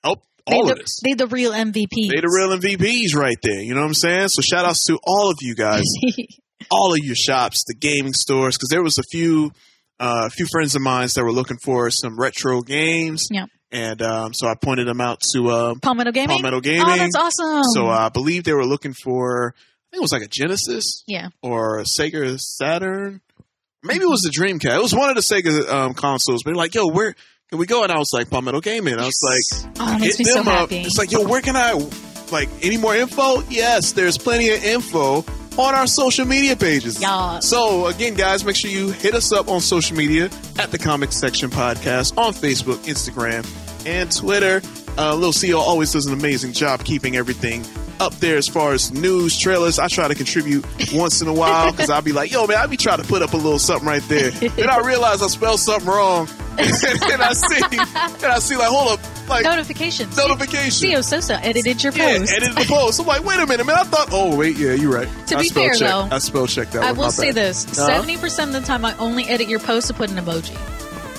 help all
they
of
the,
this.
they the real mvp
They the real MVPs right there. You know what I'm saying? So shout outs to all of you guys, all of your shops, the gaming stores, because there was a few, uh, a few friends of mine that were looking for some retro games,
yeah
and um, so I pointed them out to um,
palmetto gaming
Palmetto Gaming.
oh that's awesome
So uh, I believe they were looking for, I think it was like a Genesis
yeah Mm-hmm.
or a Sega Saturn. Maybe it was the Dreamcast. It was one of the Sega um, consoles. But they're like, yo, where can we go? And I was like, Palmetto Gaming. I was like,
Oh, it makes
hit
me so
them up.
happy.
It's like, yo, where can I, like, any more info? Yes, there's plenty of info on our social media pages.
Yeah.
So, again, guys, make sure you hit us up on social media at the Comic Section Podcast on Facebook, Instagram, and Twitter. Uh, Lil CEO always does an amazing job keeping everything up there as far as news, trailers. I try to contribute once in a while because I'll be like, yo, man, I'll be trying to put up a little something right there. then I realize I spelled something wrong. and then I see, then I see, like, hold up, like,
notifications
notifications.
Theo Sosa edited your
yeah,
post
edited the post. I'm like, wait a minute, man. I thought, oh wait, yeah, you're right.
To
I
be
spell
fair,
check.
though,
I spell check that.
I
one. my
will say
bad.
this:
Huh?
seventy percent of the time, I only edit your post to put an emoji.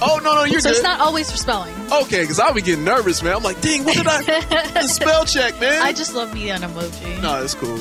Oh no, no, you're
so
good.
it's not always for spelling.
Okay, because I'll be getting nervous, man. I'm like, dang, what did I? the spell check, man.
I just love me an emoji.
no, that's cool.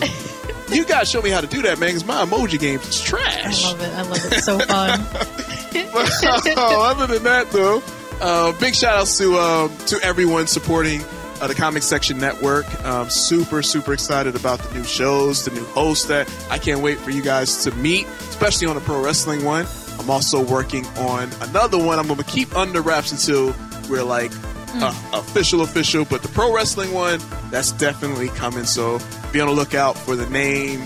you guys show me how to do that, man. Because my emoji game is trash.
I love it. I love it. It's so fun.
oh, other than that, though, uh, big shout outs to um, to everyone supporting uh, the Comic Section Network. Um, super, super excited about the new shows, the new hosts that I can't wait for you guys to meet, especially on the pro wrestling one. I'm also working on another one. I'm going to keep under wraps until we're like
Hmm.
uh, official, official. But the pro wrestling one, that's definitely coming. So be on the lookout for the name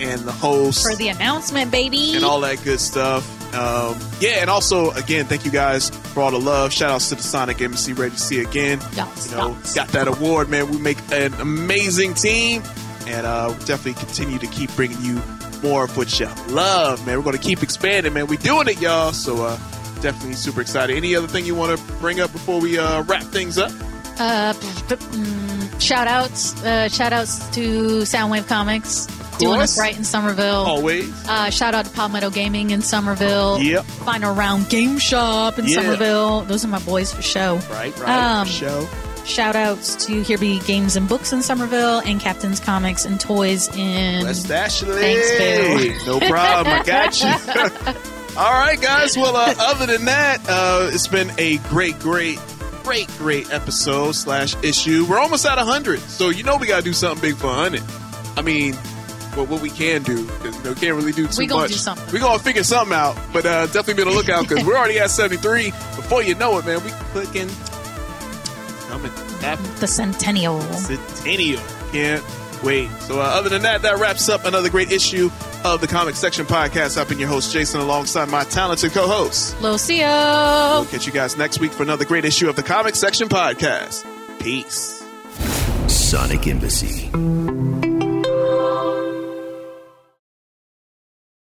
and the host
for the announcement, baby.
and all that good stuff. Um, yeah, and also again, thank you guys for all the love. Shout outs to the Sonic MC Ready to see again.
Yes,
you know, got that award, man. We make an amazing team. and uh, we'll definitely continue to keep bringing you more of what you love, man. We're going to keep expanding, man. We're doing it, y'all. So uh, definitely super excited. Any other thing you want to bring up before we uh, wrap things up?
Uh, p- p- mm, shout outs, uh, shout outs to Soundwave Comics doing us right in Somerville.
Always.
Uh, shout out to Palmetto Gaming in Somerville.
Yep.
Final Round Game Shop in
Yeah.
Somerville. Those are my boys for show.
Right, right.
Um,
show.
Shout outs to Here Be Games and Books in Somerville and Captain's Comics and Toys in.
West Ashley.
Thanks, Bill.
No problem. I got you. All right, guys. Well, uh, other than that, uh, it's been a great, great, great, great episode slash issue. We're almost at 100, so you know we got to do something big for 100. I mean, well, what we can do, because you know, can't really do too
We gonna
much.
do something.
We're going to figure something out, but uh, definitely be on the lookout because we're already at 73. Before you know it, man, we clicking. Coming. Happening.
The Centennial.
Centennial. Can't wait. So, uh, other than that, that wraps up another great issue of the Comic Section Podcast. I've been your host, Jason, alongside my talented co host.
Lucio.
We'll catch you guys next week for another great issue of the Comic Section Podcast. Peace.
Sonic Embassy.